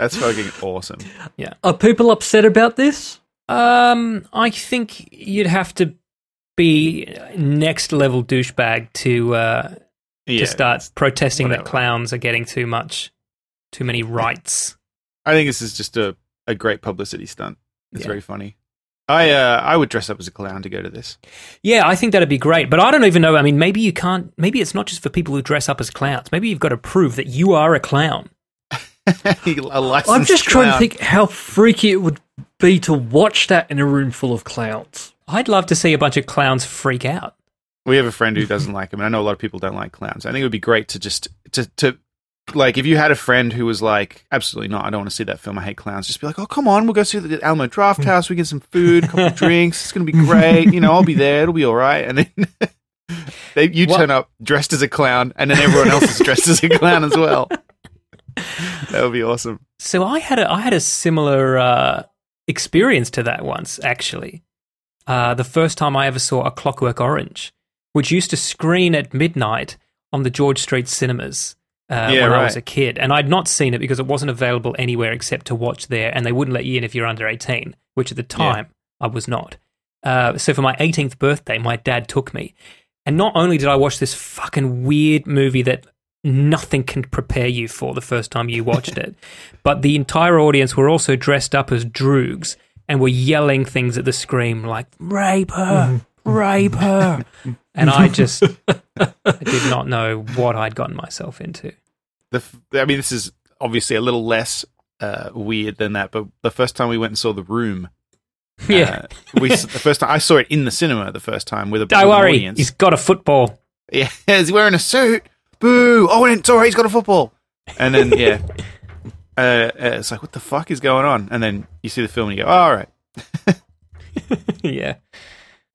Speaker 3: That's fucking awesome.
Speaker 2: [laughs] Are people upset about this?
Speaker 4: um, I think you'd have to be next level douchebag to uh,
Speaker 3: Yeah.
Speaker 4: to start protesting
Speaker 3: whatever.
Speaker 4: that clowns are getting too much, too many rights.
Speaker 3: I think this is just a, a great publicity stunt. It's
Speaker 4: Yeah.
Speaker 3: very funny. I uh, I would dress up as a clown to go to this. [laughs]
Speaker 4: Yeah, I think that'd be great. But I don't even know. I mean, maybe you can't. Maybe it's not just for people who dress up as clowns. Maybe you've got to prove that you are a clown.
Speaker 3: a licensed
Speaker 2: I'm just trying to
Speaker 3: clown.
Speaker 2: think how freaky it would be to watch that in a room full of clowns.
Speaker 4: I'd love to see a bunch of clowns freak out.
Speaker 3: We have a friend who doesn't like him, and I know a lot of people don't like clowns. I think it would be great to just to to like if you had a friend who was like, absolutely not, I don't want to see that film. I hate clowns. Just be like, oh come on, we'll go see the Alamo Draft House. We get some food, a couple of drinks. It's gonna be great. You know, I'll be there. It'll be all right. And then. [laughs] They, you
Speaker 4: What-
Speaker 3: turn up dressed as a clown, and then everyone else is dressed as a clown as well. That would be awesome.
Speaker 4: So I had a I had a similar uh, experience to that once actually. Uh, the first time I ever saw A Clockwork Orange, which used to screen at midnight on the George Street cinemas uh,
Speaker 3: Yeah,
Speaker 4: when I
Speaker 3: right.
Speaker 4: was a kid, and I'd not seen it because it wasn't available anywhere except to watch there, and they wouldn't let you in if you're under eighteen, which at the time I was not. Uh, so for my 18th birthday, my dad took me, and not only did I watch this fucking weird movie that nothing can prepare you for the first time you
Speaker 3: [laughs]
Speaker 4: watched it. But the entire audience were also dressed up as droogs and were yelling things at the screen like, rape her,
Speaker 3: Mm-hmm.
Speaker 4: rape
Speaker 3: [laughs]
Speaker 4: her. and I just I did not know what I'd gotten
Speaker 3: [laughs]
Speaker 4: myself into.
Speaker 3: the f- I mean, this is obviously a little less uh, weird than that, but the first time we went and saw The Room,
Speaker 4: [laughs] Yeah.
Speaker 3: uh, we s- the first time I saw it in the cinema the first time with a with
Speaker 4: Don't
Speaker 3: an
Speaker 4: worry,
Speaker 3: audience.
Speaker 4: he's got
Speaker 3: [laughs]
Speaker 4: a football.
Speaker 3: yeah, he's wearing a suit. Boo! Oh, and it's all right. He's got a football. And then
Speaker 4: [laughs]
Speaker 3: yeah, uh, uh, it's like what the fuck is going on? And then you see the film and you go, oh, all right,
Speaker 4: yeah.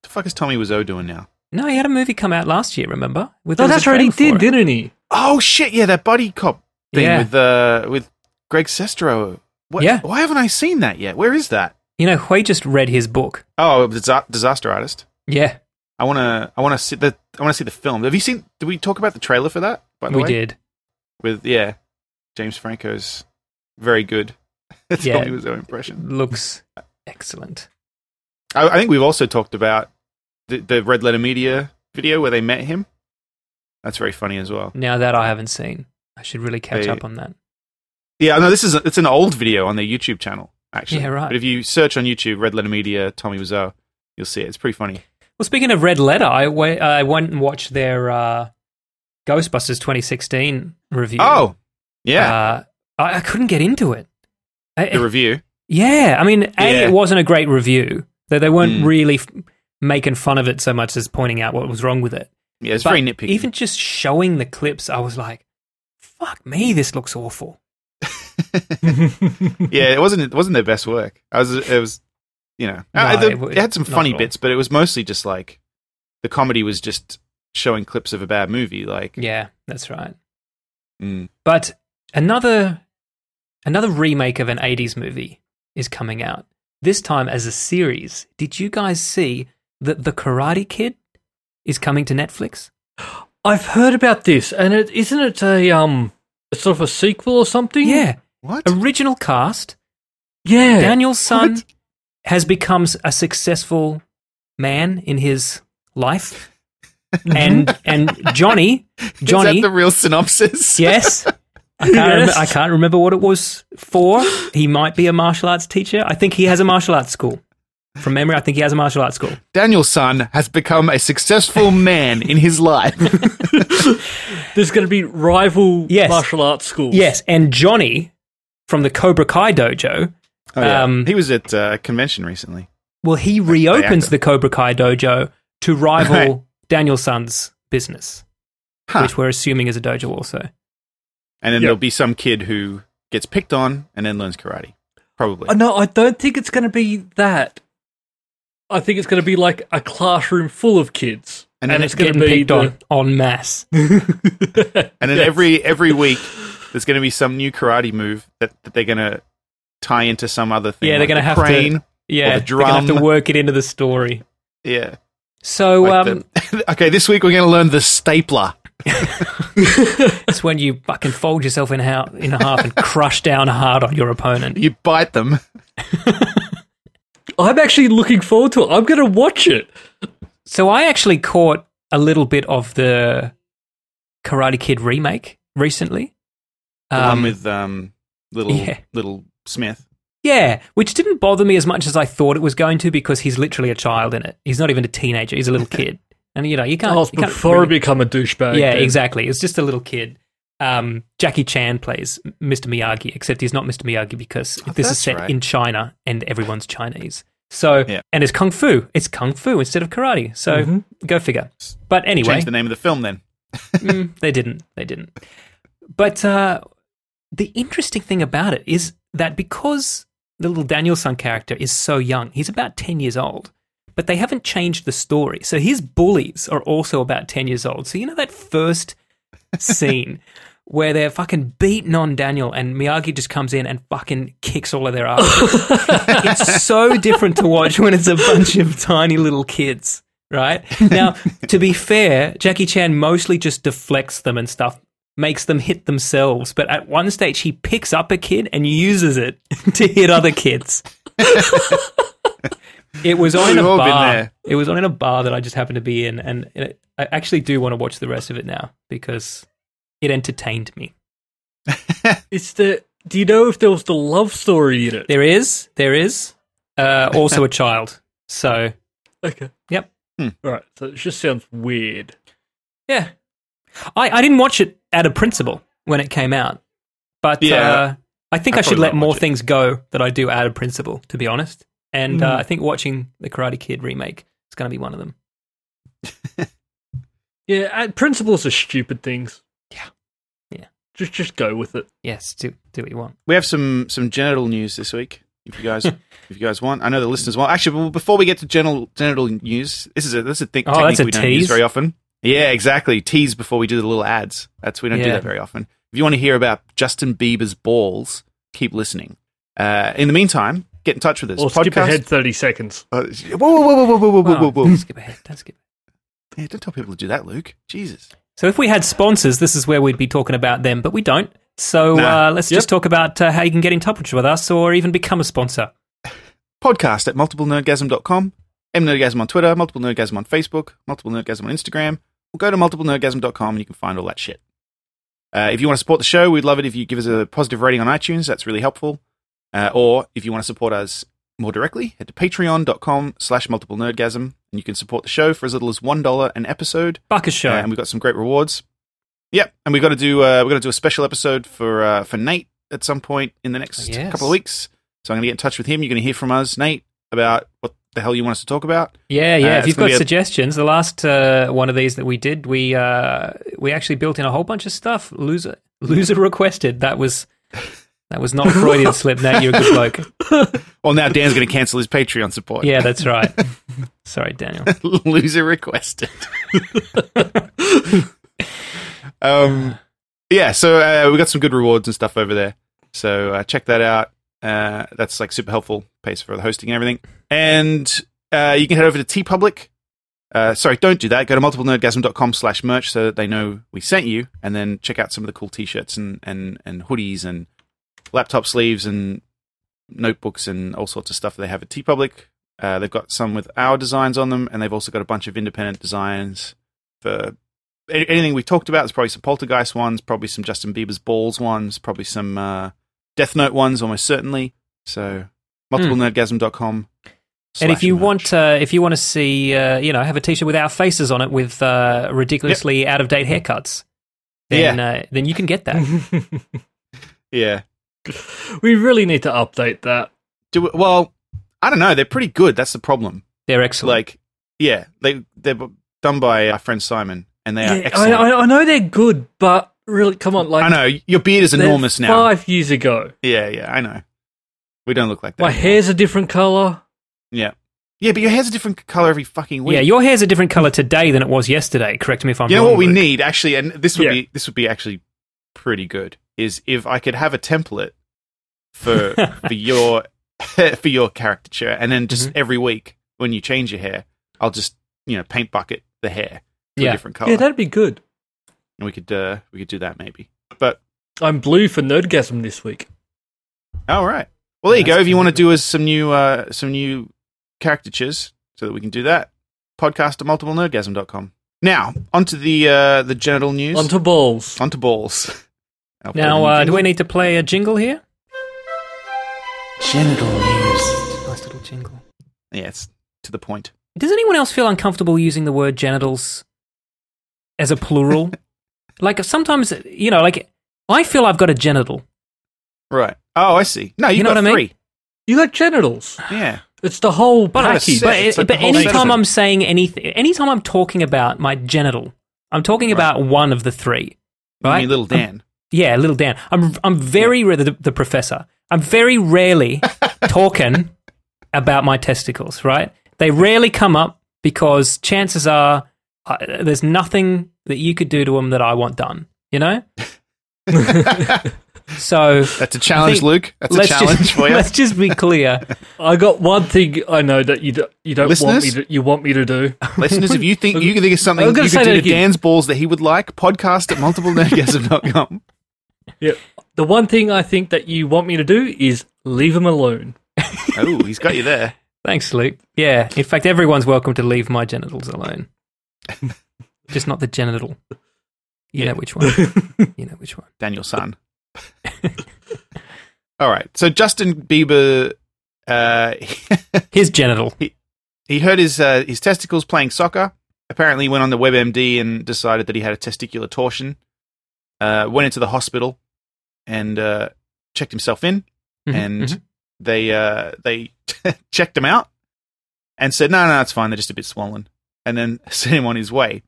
Speaker 3: the fuck is Tommy Wiseau doing now? No,
Speaker 4: No, he had a movie come out last year, remember? With
Speaker 2: No,
Speaker 4: there was a
Speaker 2: that's right, he
Speaker 4: trailer for
Speaker 2: did,
Speaker 4: it.
Speaker 2: didn't he?
Speaker 3: Oh shit! Yeah, that buddy cop thing
Speaker 4: Yeah.
Speaker 3: with uh, with Greg Sestero. What,
Speaker 4: Yeah.
Speaker 3: Why haven't I seen that yet? Where is that?
Speaker 4: You know, Hui just read his book.
Speaker 3: Oh, Disa- disaster artist.
Speaker 4: Yeah,
Speaker 3: I want to. I want to see the. I want to see the film. Have you seen? Did we talk about the trailer for that? By the
Speaker 4: we
Speaker 3: way,
Speaker 4: did.
Speaker 3: With yeah, James Franco's very good. [laughs] That's
Speaker 4: Yeah.
Speaker 3: yeah. was our impression.
Speaker 4: Looks excellent.
Speaker 3: I, I think we've also talked about the, the Red Letter Media video where they met him. That's very funny as well.
Speaker 4: Now that I haven't seen, I should really catch
Speaker 3: They-
Speaker 4: up on that.
Speaker 3: Yeah, no, this is a, it's an old video on their YouTube channel actually.
Speaker 4: Yeah, right.
Speaker 3: But if you search on YouTube, Red Letter Media, Tommy Wiseau, you'll see it. It's pretty funny.
Speaker 4: Well, speaking of Red Letter, I went, I went and watched their uh, Ghostbusters 2016 review.
Speaker 3: Oh, yeah,
Speaker 4: Uh, I, I couldn't get into it. I-
Speaker 3: the review.
Speaker 4: yeah, I mean, A,
Speaker 3: Yeah.
Speaker 4: it wasn't a great review. They, they weren't
Speaker 3: Mm.
Speaker 4: really f- making fun of it so much as pointing out what was wrong with it.
Speaker 3: Yeah, it's
Speaker 4: But
Speaker 3: very nitpicky.
Speaker 4: Even just showing the clips, I was like, fuck me, this looks awful.
Speaker 3: yeah, it wasn't it wasn't their best work. I was it was you know
Speaker 4: No,
Speaker 3: uh, the-
Speaker 4: it wa-
Speaker 3: it had some
Speaker 4: not at
Speaker 3: funny
Speaker 4: all.
Speaker 3: bits, but it was mostly just like the comedy was just showing clips of a bad movie. Like
Speaker 4: Yeah, that's right.
Speaker 3: mm.
Speaker 4: But another another remake of an 80s movie is coming out. This time as a series. Did you guys see that The Karate Kid is coming to Netflix?
Speaker 2: I've heard about this, and it isn't it a um a sort of a sequel or something?
Speaker 4: Yeah.
Speaker 3: what?
Speaker 4: Original cast.
Speaker 2: yeah.
Speaker 4: Daniel's son has become a successful man in his life. and and Johnny Johnny
Speaker 3: Mm-hmm. [laughs] Is that the real synopsis?
Speaker 4: [laughs] Yes. I can't,
Speaker 2: Yes.
Speaker 4: remem- I can't remember what it was for. He might be a martial arts teacher. I think he has a martial arts school. From memory, I think he has a martial arts school.
Speaker 3: Daniel's son has become a successful man in his
Speaker 4: [laughs]
Speaker 3: life.
Speaker 2: There's going to be rival
Speaker 4: Yes.
Speaker 2: martial arts schools.
Speaker 4: Yes, and Johnny from the Cobra Kai dojo. um,
Speaker 3: Oh, he was at uh, a convention recently.
Speaker 4: well, he
Speaker 3: Bayaka.
Speaker 4: reopens the Cobra Kai dojo to rival
Speaker 3: Right.
Speaker 4: Daniel Sun's business,
Speaker 3: Huh.
Speaker 4: which we're assuming is a dojo also.
Speaker 3: And then
Speaker 2: Yeah.
Speaker 3: there'll be some kid who gets picked on and then learns karate. Probably.
Speaker 4: Oh,
Speaker 2: Uh, no, I don't think it's going to be that. I think it's going to be like a classroom full of kids,
Speaker 3: And
Speaker 2: and,
Speaker 3: then
Speaker 2: it's
Speaker 3: it's
Speaker 2: going to
Speaker 4: Getting
Speaker 2: be
Speaker 4: picked
Speaker 2: the,
Speaker 4: on en [laughs] masse.
Speaker 3: and then every every
Speaker 4: [laughs]
Speaker 3: week there's going to be some new karate move that, that they're going to tie into some other thing.
Speaker 4: Yeah, they're
Speaker 3: going to
Speaker 4: have
Speaker 3: crane.
Speaker 4: to. Yeah,
Speaker 3: the
Speaker 4: they're gonna have to
Speaker 3: drum.
Speaker 4: work it into the story.
Speaker 3: Yeah.
Speaker 4: So
Speaker 3: like
Speaker 4: um,
Speaker 3: the- [laughs] okay, this week we're going to learn the stapler.
Speaker 4: [laughs] it's when you fucking fold yourself in, how, in half and crush down hard on your opponent.
Speaker 3: You bite
Speaker 4: Um,
Speaker 3: them.
Speaker 2: I'm actually looking forward to it. I'm going to watch it.
Speaker 4: So I actually caught a little bit of the Karate Kid remake recently.
Speaker 3: The
Speaker 4: Um,
Speaker 3: one with um, little
Speaker 4: yeah.
Speaker 3: little Smith.
Speaker 4: yeah, which didn't bother me as much as I thought it was going to because he's literally a child in it. He's not even a teenager; he's a
Speaker 3: [laughs]
Speaker 4: little kid, and you know you can't.
Speaker 2: Oh, it's
Speaker 4: you can't
Speaker 2: before I
Speaker 4: really-
Speaker 2: become a douchebag.
Speaker 4: yeah,
Speaker 2: then.
Speaker 4: exactly. It's just a little kid. Um, Jackie Chan plays Mr. Miyagi, except he's not Mr. Miyagi because
Speaker 3: Oh,
Speaker 4: this is
Speaker 3: that's
Speaker 4: set
Speaker 3: right.
Speaker 4: in China and everyone's Chinese. So,
Speaker 3: Yeah.
Speaker 4: and it's kung fu. It's kung fu instead of karate. So
Speaker 2: Mhm.
Speaker 4: go figure. But anyway,
Speaker 3: Mm-hmm. Change the name of the film then.
Speaker 4: Mm, [laughs] they didn't. They didn't. But uh, the interesting thing about it is that because the little Danielson character is so young, he's about 10 years old, but they haven't changed the story. So his bullies are also about 10 years old. So, you know, that first scene [laughs] where they're fucking beating on Daniel and Miyagi just comes in and fucking kicks all of their asses. it's so different to watch when it's a bunch of tiny little kids, right? Now,
Speaker 3: [laughs]
Speaker 4: to be fair, Jackie Chan mostly just deflects them and stuff, makes them hit themselves. But at one stage, he picks up a kid and uses it [laughs] to hit other kids.
Speaker 3: [laughs]
Speaker 4: It was on in a
Speaker 3: We've all been
Speaker 4: bar.
Speaker 3: there.
Speaker 4: It was on in a bar that I just happened to be in, and it, I actually do want to watch the rest of it now because it entertained me.
Speaker 2: It's the. Do you know if there was the love story in it?
Speaker 4: There is, there is uh,
Speaker 3: [laughs]
Speaker 4: also a child. So
Speaker 2: Okay.
Speaker 4: Yep.
Speaker 3: Hmm.
Speaker 2: All right. So it just sounds weird.
Speaker 4: yeah, I, I didn't watch it out of principle when it came out, but
Speaker 3: Yeah.
Speaker 4: uh, I think
Speaker 3: I
Speaker 4: I, should
Speaker 3: probably
Speaker 4: let
Speaker 3: won't
Speaker 4: more
Speaker 3: watch it.
Speaker 4: things go that I do out of principle, to be honest. And
Speaker 3: Hmm.
Speaker 4: uh, I think watching the Karate Kid remake is going to be one of them.
Speaker 2: Yeah. and principles are stupid things.
Speaker 4: Yeah. Yeah.
Speaker 2: Just just go with it.
Speaker 4: Yes, do do what you want.
Speaker 3: We have some some genital news this week. If you
Speaker 4: [laughs]
Speaker 3: guys if you guys want, I know the listeners want. Actually, well, before we get to genital genital news, this is a this is a thing.
Speaker 4: Oh, that's
Speaker 3: technique
Speaker 4: a
Speaker 3: we don't use
Speaker 4: tease.
Speaker 3: very often. Yeah, exactly. Tease before we do the little ads. That's we don't do
Speaker 4: Yeah.
Speaker 3: that very often. If you want to hear about Justin Bieber's balls, keep listening. Uh, in the meantime, get in touch with us.
Speaker 2: Or skip ahead thirty seconds. [laughs]
Speaker 3: Uh, whoa, whoa, whoa, whoa, whoa, whoa, whoa,
Speaker 4: Wow,
Speaker 3: whoa, whoa!
Speaker 4: Don't skip ahead. Don't skip.
Speaker 3: [laughs] yeah, don't tell people to do that, Luke. Jesus.
Speaker 4: So if we had sponsors, this is where we'd be talking about them, but we don't. So
Speaker 3: Nah.
Speaker 4: uh, let's just talk about uh, how you can get in touch with us or even become a sponsor.
Speaker 3: podcast at multiplenerdgasm.com, mnerdgasm on Twitter, multiple nerdgasm on Facebook, multiple nerdgasm on Instagram, or go to multiplenerdgasm.com and you can find all that shit. Uh, if you want to support the show, we'd love it if you give us a positive rating on iTunes. That's really helpful. Uh, or if you want to support us more directly, head to patreon.com slash multiple nerdgasm and you can support the show for as little as $1 an episode.
Speaker 4: Bucker show.
Speaker 3: Uh, and we've got some great rewards. Yep, and we've got to do uh, we've got to do a special episode for uh, for Nate at some point in the next
Speaker 4: Oh, Yes.
Speaker 3: couple of weeks. So I'm going to get in touch with him. You're going to hear from us, Nate, about what the hell you want us to talk about.
Speaker 4: Yeah,
Speaker 3: Uh,
Speaker 4: yeah.
Speaker 3: it's
Speaker 4: if you've
Speaker 3: gonna
Speaker 4: got
Speaker 3: be a-
Speaker 4: suggestions, the last uh, one of these that we did, we uh, we actually built in a whole bunch of stuff. Loser, [laughs] loser requested. That was that was not a
Speaker 3: [laughs]
Speaker 4: Freudian slip. Now you're a good bloke.
Speaker 3: Well, now Dan's going to cancel his Patreon support.
Speaker 4: Yeah, that's right. Sorry, Daniel.
Speaker 3: [laughs] loser requested. [laughs] um, yeah, so uh, we got some good rewards and stuff over there. So uh, check that out. Uh, that's like super helpful. Pays for the hosting and everything. And uh, you can head over to T Public. Uh, sorry, don't do that. Go to multiplenerdgasm.com slash merch so that they know we sent you, and then check out some of the cool t-shirts and, and, and hoodies and laptop sleeves and notebooks and all sorts of stuff they have at T Public. Uh, they've got some with our designs on them, and they've also got a bunch of independent designs for a- anything we talked about. There's probably some Poltergeist ones, probably some Justin Bieber's balls ones, probably some uh, Death Note ones, almost certainly. So multiplenerdgasm.com
Speaker 4: Hmm. And if
Speaker 3: Slash
Speaker 4: you
Speaker 3: merch.
Speaker 4: want, uh, if you want to see, uh, you know, have a T-shirt with our faces on it with uh, ridiculously out of date haircuts, then uh, then you can get that.
Speaker 3: yeah.
Speaker 2: we really need to update that.
Speaker 3: Do we, well. I don't know. They're pretty good. That's the problem.
Speaker 4: They're excellent.
Speaker 3: Like, yeah, they they're b- done by our friend Simon, and they are
Speaker 2: Yeah, I,
Speaker 3: excellent. I,
Speaker 2: I, I know they're good, but really, come on, like
Speaker 3: know your beard is
Speaker 2: they're
Speaker 3: enormous now.
Speaker 2: Five years ago,
Speaker 3: Yeah, yeah, I know. We don't look like that.
Speaker 2: my hair's a different color.
Speaker 3: Yeah, yeah, but your hair's a different color every fucking week.
Speaker 4: yeah, your hair's a different color today than it was yesterday. Correct me if I'm.
Speaker 3: you know
Speaker 4: wrong,
Speaker 3: what we
Speaker 4: Luke.
Speaker 3: need actually, and this would
Speaker 2: Yeah.
Speaker 3: be this would be actually pretty good. Is if I could have a template
Speaker 2: [laughs]
Speaker 3: for for your [laughs] for your caricature, and then just
Speaker 2: Mm-hmm.
Speaker 3: every week when you change your hair, I'll just you know paint bucket the hair to
Speaker 4: Yeah.
Speaker 3: a different color,
Speaker 2: Yeah, that'd be good.
Speaker 3: and we could uh, we could do that maybe. But
Speaker 2: I'm blue for nerdgasm this week.
Speaker 3: All right. Well, there you
Speaker 4: That's
Speaker 3: go. If you want to do us some new uh, some new caricatures, so that we can do that, podcast at multiplenerdgasm.com. Now, onto the uh, the genital news.
Speaker 2: Onto balls.
Speaker 3: onto
Speaker 4: [laughs]
Speaker 3: balls. I'll
Speaker 4: Now,
Speaker 3: put it in
Speaker 4: uh,
Speaker 3: the
Speaker 4: do we
Speaker 3: jingle.
Speaker 4: need to play a jingle here?
Speaker 5: Genital news.
Speaker 4: Nice little jingle.
Speaker 3: Yeah, it's to the point.
Speaker 4: Does anyone else feel uncomfortable using the word genitals as
Speaker 3: [laughs]
Speaker 4: a plural? like sometimes, you know, like I feel I've got a genital.
Speaker 3: Right. Oh, I see. No, you,
Speaker 4: You know
Speaker 3: got
Speaker 4: what I mean?
Speaker 3: three.
Speaker 2: You got genitals.
Speaker 3: Yeah.
Speaker 2: It's the whole
Speaker 3: I had a
Speaker 2: package.
Speaker 3: set.
Speaker 4: But,
Speaker 3: It's like
Speaker 4: but
Speaker 3: the whole
Speaker 4: anytime
Speaker 3: medicine.
Speaker 4: I'm saying anything, anytime I'm talking about my genital, I'm talking about one of the three.
Speaker 3: I
Speaker 4: Right? Um,
Speaker 3: mean, little Dan.
Speaker 4: Yeah, little Dan. I'm I'm very ra- the, the professor. I'm
Speaker 3: [laughs]
Speaker 4: very rarely talking about my testicles. Right? They rarely come up because chances are uh, there's nothing that you could do to them that I want done.
Speaker 3: [laughs]
Speaker 4: You know. so
Speaker 3: That's a challenge,
Speaker 4: think-
Speaker 3: Luke. That's a
Speaker 4: let's
Speaker 3: challenge
Speaker 4: just, [laughs]
Speaker 3: for you.
Speaker 4: Let's just be clear.
Speaker 2: I got one thing I know that you do, you don't want me
Speaker 3: Listeners?
Speaker 2: to, you want me to do.
Speaker 3: Listeners, if you think you can think of something
Speaker 2: I
Speaker 3: you
Speaker 2: was gonna
Speaker 3: could
Speaker 2: say
Speaker 3: do to
Speaker 2: that again.
Speaker 3: Dan's balls that he would like, podcast at multiplenerdgasm.com.
Speaker 2: Yeah. The one thing I think that you want me to do is leave him alone.
Speaker 3: [laughs] oh, he's got you there.
Speaker 4: Thanks, Luke. Yeah. In fact, everyone's welcome to leave my
Speaker 3: [laughs]
Speaker 4: genitals alone. just not the genital. You know
Speaker 3: [laughs]
Speaker 4: which one. you know which one.
Speaker 3: Daniel Sun. [laughs] All right. So Justin Bieber, uh,
Speaker 4: His genital.
Speaker 3: he hurt his uh, his testicles playing soccer. Apparently, went on the WebMD and decided that he had a testicular torsion. Uh, went into the hospital and uh, checked himself in,
Speaker 4: Mhm,
Speaker 3: and they uh, they [laughs] checked him out and said, "No, no, it's fine. They're just a bit swollen," and then [laughs] sent him on his way.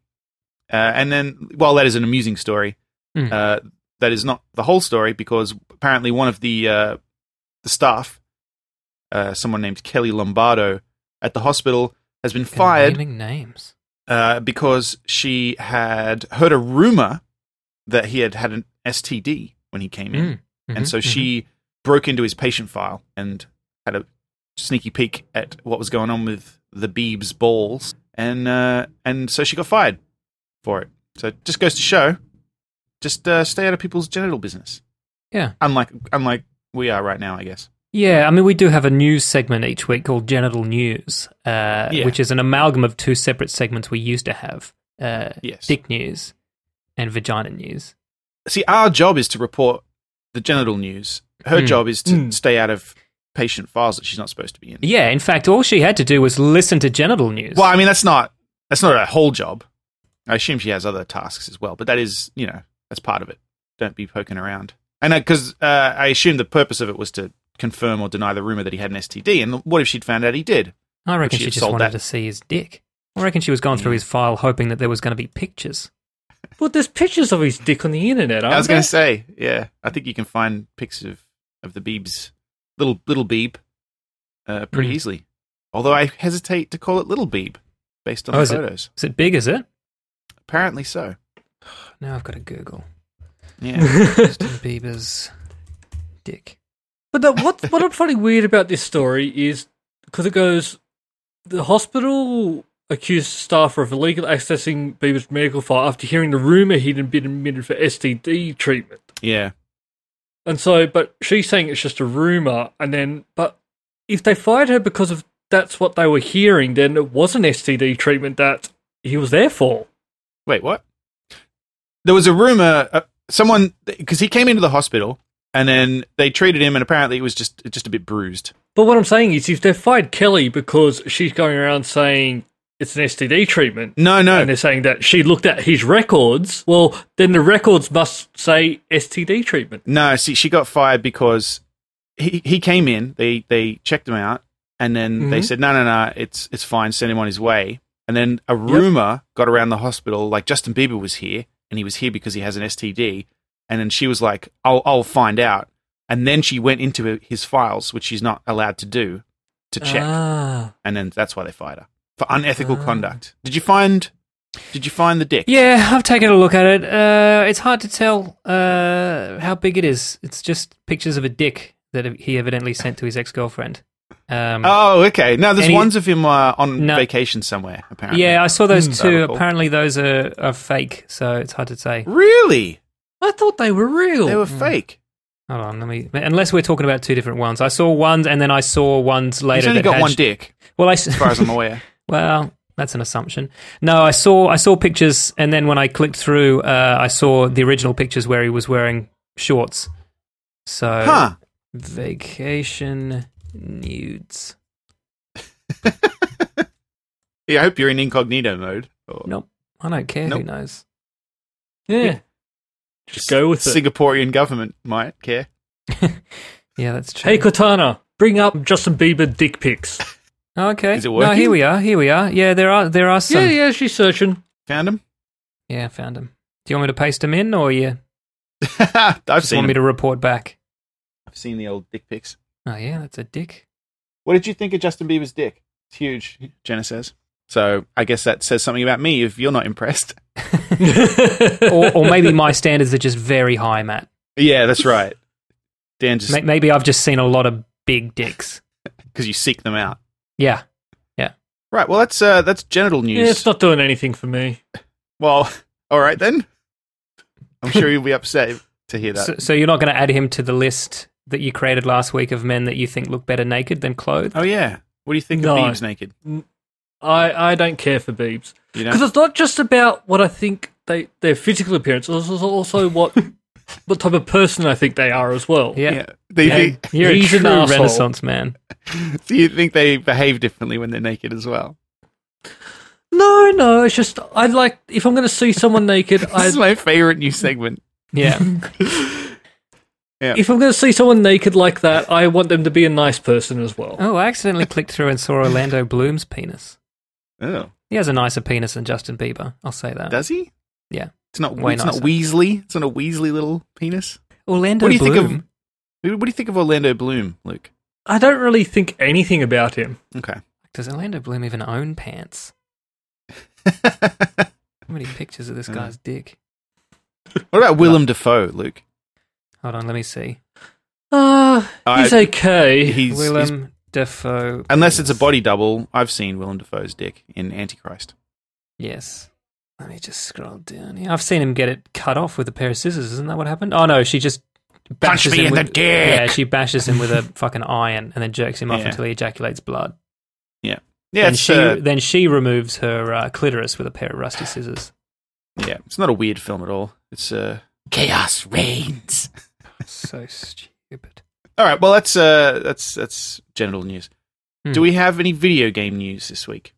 Speaker 3: Uh, and then, while that is an amusing story,
Speaker 4: Mm.
Speaker 3: uh, that is not the whole story because apparently one of the uh, the staff, uh, someone named Kelly Lombardo at the hospital, has been fired
Speaker 4: Naming names.
Speaker 3: uh, because she had heard a rumor that he had had an STD when he came in,
Speaker 4: Mm.
Speaker 3: and
Speaker 4: Mhm,
Speaker 3: so
Speaker 4: mhm.
Speaker 3: she broke into his patient file and had a sneaky peek at what was going on with the Beeb's balls, and uh, and so she got fired for it. So it just goes to show, just uh, stay out of people's genital business.
Speaker 4: Yeah.
Speaker 3: unlike unlike we are right now, I guess.
Speaker 4: Yeah, I mean, we do have a news segment each week called Genital News, uh,
Speaker 3: Yeah.
Speaker 4: which is an amalgam of two separate segments we used to have uh,
Speaker 3: Yes.
Speaker 4: dick news and vagina news.
Speaker 3: See, our job is to report the genital news. Her
Speaker 4: Mm.
Speaker 3: job is to
Speaker 2: Mm.
Speaker 3: stay out of patient files that she's not supposed to be in.
Speaker 4: Yeah, in fact, all she had to do was listen to Genital News.
Speaker 3: Well, I mean, that's not that's not her whole job. I assume she has other tasks as well, but that is you know that's part of it. Don't be poking around. And because uh, I assume the purpose of it was to confirm or deny the rumor that he had an STD. And what if she'd found out he did?
Speaker 4: I reckon
Speaker 3: she
Speaker 4: she,
Speaker 3: had
Speaker 4: just
Speaker 3: sold that.
Speaker 4: wanted to see his dick. I reckon she was going through his file hoping that there was going to be pictures.
Speaker 2: Well, there's pictures of his dick on the internet. Aren't
Speaker 3: I was going
Speaker 2: there?
Speaker 3: to say, yeah, I think you can find pics of of the Beebs, little little Beeb, uh, pretty
Speaker 4: Mhm.
Speaker 3: easily. Although I hesitate to call it little Beeb, based on
Speaker 4: Oh,
Speaker 3: the
Speaker 4: is it-
Speaker 3: photos.
Speaker 4: Is it big? Is it?
Speaker 3: Apparently so.
Speaker 4: Now I've got to Google
Speaker 3: Yeah.
Speaker 4: [laughs] Justin Bieber's dick.
Speaker 2: But the, what what I'm finding weird about this story is because it goes, the hospital accused staff of illegal accessing Bieber's medical file after hearing the rumor he'd been admitted for STD treatment.
Speaker 3: yeah.
Speaker 2: And so, but she's saying it's just a rumor, and then, but if they fired her because of that's what they were hearing, then it was an STD treatment that he was there for.
Speaker 3: Wait, what? There was a rumor. Uh, someone because he came into the hospital and then they treated him, and apparently it was just just a bit bruised.
Speaker 2: But what I'm saying is, if they fired Kelly because she's going around saying it's an STD treatment,
Speaker 3: No, no,
Speaker 2: and they're saying that she looked at his records, well, then the records must say STD treatment.
Speaker 3: No, see, she got fired because he, he came in. They they checked him out, and then they said, "No, no, no, it's it's fine. Send him on his way." And then a rumor got around the hospital, like Justin Bieber was here, and he was here because he has an STD. And then she was like, "I'll I'll find out." And then she went into his files, which she's not allowed to do, to check.
Speaker 2: Ah,
Speaker 3: And then that's why they fired her for unethical conduct. Did you find? Did you find the dick?
Speaker 4: Yeah, I've taken a look at it. Uh, it's hard to tell uh, how big it is. It's just pictures of a dick that he evidently sent to his ex girlfriend. Um,
Speaker 3: Oh, okay. No, there's
Speaker 4: And he-
Speaker 3: ones of him uh, on
Speaker 4: No.
Speaker 3: vacation somewhere. Apparently.
Speaker 4: yeah, I saw those
Speaker 3: that'd
Speaker 4: two.
Speaker 3: be cool.
Speaker 4: Apparently, those are, are fake, so it's hard to say.
Speaker 3: Really?
Speaker 2: I thought they were real.
Speaker 3: They were
Speaker 4: Hmm.
Speaker 3: fake.
Speaker 4: Hold on, let me. Unless we're talking about two different ones, I saw ones and then I saw ones later.
Speaker 3: He's only
Speaker 4: that
Speaker 3: got
Speaker 4: had-
Speaker 3: one dick,
Speaker 4: Well, I
Speaker 3: as far as I'm aware.
Speaker 4: [laughs] Well, that's an assumption. No, I saw I saw pictures, and then when I clicked through, uh, I saw the original pictures where he was wearing shorts. So,
Speaker 3: Huh.
Speaker 4: vacation nudes.
Speaker 3: Yeah, I hope you're in incognito mode. Or
Speaker 4: Nope, I don't care. Who
Speaker 3: Nope.
Speaker 4: knows?
Speaker 2: yeah. Just go with it.
Speaker 3: Singaporean government might care.
Speaker 4: Yeah, that's true.
Speaker 2: Hey Cortana, bring up Justin Bieber dick pics.
Speaker 4: Oh, okay.
Speaker 3: Is it
Speaker 4: No,
Speaker 3: working?
Speaker 4: here we are. Here we are. Yeah, there are there are some.
Speaker 2: yeah,
Speaker 4: Yeah,
Speaker 2: yeah, she's searching.
Speaker 3: Found him? [laughs]
Speaker 4: found them. Do you want me to paste them in, or you
Speaker 3: I've
Speaker 4: just
Speaker 3: seen
Speaker 4: want me
Speaker 3: him.
Speaker 4: to report back?
Speaker 3: I've seen the old dick pics.
Speaker 4: Oh yeah, that's
Speaker 2: [laughs]
Speaker 4: a dick.
Speaker 3: What did you think of Justin Bieber's dick? It's huge, Jenna says. So I guess that says something about me if you're not impressed. [laughs]
Speaker 4: Or,
Speaker 2: [laughs]
Speaker 4: or maybe my standards are just very high, Matt.
Speaker 3: Yeah, that's right. Dan just
Speaker 4: May- Maybe I've just seen a lot of big dicks.
Speaker 3: because you seek them out.
Speaker 4: Yeah.
Speaker 3: Right. Well, that's uh, that's genital
Speaker 2: Yeah, it's
Speaker 3: news.
Speaker 2: not doing anything for me.
Speaker 3: well, [laughs] all right then. I'm [laughs] sure you'll be upset if- to hear that.
Speaker 4: So, so you're not going to add him to the list that you created last week of men that you think look better naked than clothed?
Speaker 3: oh yeah. What do you think
Speaker 2: No.
Speaker 3: of Biebs naked?
Speaker 2: I, I don't care for Beebs.
Speaker 3: You
Speaker 2: Because it's not just about what I think they their physical appearance, it's also- also what what type of person I think they are as well.
Speaker 4: Yeah.
Speaker 3: Yeah. Do you,
Speaker 4: Hey,
Speaker 3: think,
Speaker 4: You're
Speaker 2: He's
Speaker 4: a
Speaker 2: an
Speaker 4: true
Speaker 2: arsehole.
Speaker 4: renaissance man.
Speaker 3: do [laughs] you think they behave differently when they're naked as well?
Speaker 2: No, no, it's just I like if I'm going to see someone naked,
Speaker 3: This
Speaker 2: I
Speaker 3: is my favorite new segment.
Speaker 4: Yeah.
Speaker 2: if I'm going to see someone naked like that, I want them to be a nice person as well.
Speaker 4: [laughs] oh, I accidentally clicked through and saw Orlando Bloom's penis.
Speaker 3: Oh,
Speaker 4: He has a nicer penis than Justin Bieber. I'll say that.
Speaker 3: Uh, does he?
Speaker 4: yeah.
Speaker 3: It's not.
Speaker 4: Way
Speaker 3: it's not
Speaker 4: nicer.
Speaker 3: Weasley. It's not a Weasley little penis.
Speaker 4: Orlando
Speaker 3: what do you
Speaker 4: Bloom.
Speaker 3: think of? What do you think of Orlando Bloom, Luke?
Speaker 2: I don't really think anything about him.
Speaker 3: [laughs] Okay.
Speaker 4: Does Orlando Bloom even own pants? How many pictures
Speaker 3: Mm.
Speaker 4: of this guy's dick?
Speaker 3: what about Willem Dafoe, Luke?
Speaker 4: Hold on, let me see.
Speaker 2: Uh,
Speaker 3: I-
Speaker 2: he's okay.
Speaker 3: He's, he's
Speaker 4: Willem Dafoe.
Speaker 3: unless it's a
Speaker 4: penis.
Speaker 3: body double. I've seen Willem Dafoe's dick in Antichrist.
Speaker 4: Yes. Let me just scroll down here. I've seen him get it cut off with a pair of scissors. Isn't that what happened? Oh no, she just bashes
Speaker 3: me
Speaker 4: him
Speaker 3: in
Speaker 4: with,
Speaker 3: the dick!
Speaker 4: Yeah, she bashes him with a fucking iron and then jerks him off
Speaker 3: Yeah.
Speaker 4: until he ejaculates blood.
Speaker 3: Yeah. Yeah.
Speaker 4: then
Speaker 3: It's,
Speaker 4: she
Speaker 3: uh,
Speaker 4: then she removes her uh, clitoris with a pair of rusty scissors.
Speaker 3: yeah. It's not a weird film at all. It's uh, chaos reigns.
Speaker 4: so stupid.
Speaker 3: All right. Well, that's uh, that's that's genital news.
Speaker 4: Hmm.
Speaker 3: Do we have any video game news this week?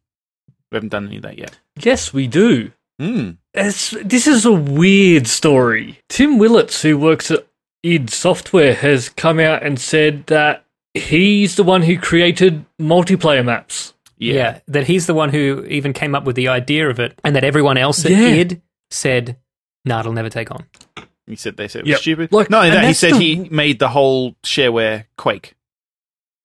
Speaker 3: We haven't done any of that yet.
Speaker 2: yes, we do.
Speaker 3: Hmm.
Speaker 2: It's, this is a weird story. Tim Willits, who works at id Software, has come out and said that he's the one who created multiplayer maps.
Speaker 4: Yeah. that he's the one who even came up with the idea of it, and that everyone else at
Speaker 2: Yeah.
Speaker 4: id said, "Nah, it'll never take on."
Speaker 3: He said they said it was
Speaker 2: Yep.
Speaker 3: stupid.
Speaker 2: Like,
Speaker 3: Not only
Speaker 2: and
Speaker 3: that, he
Speaker 2: that's
Speaker 3: said
Speaker 2: the-
Speaker 3: he made the whole shareware Quake.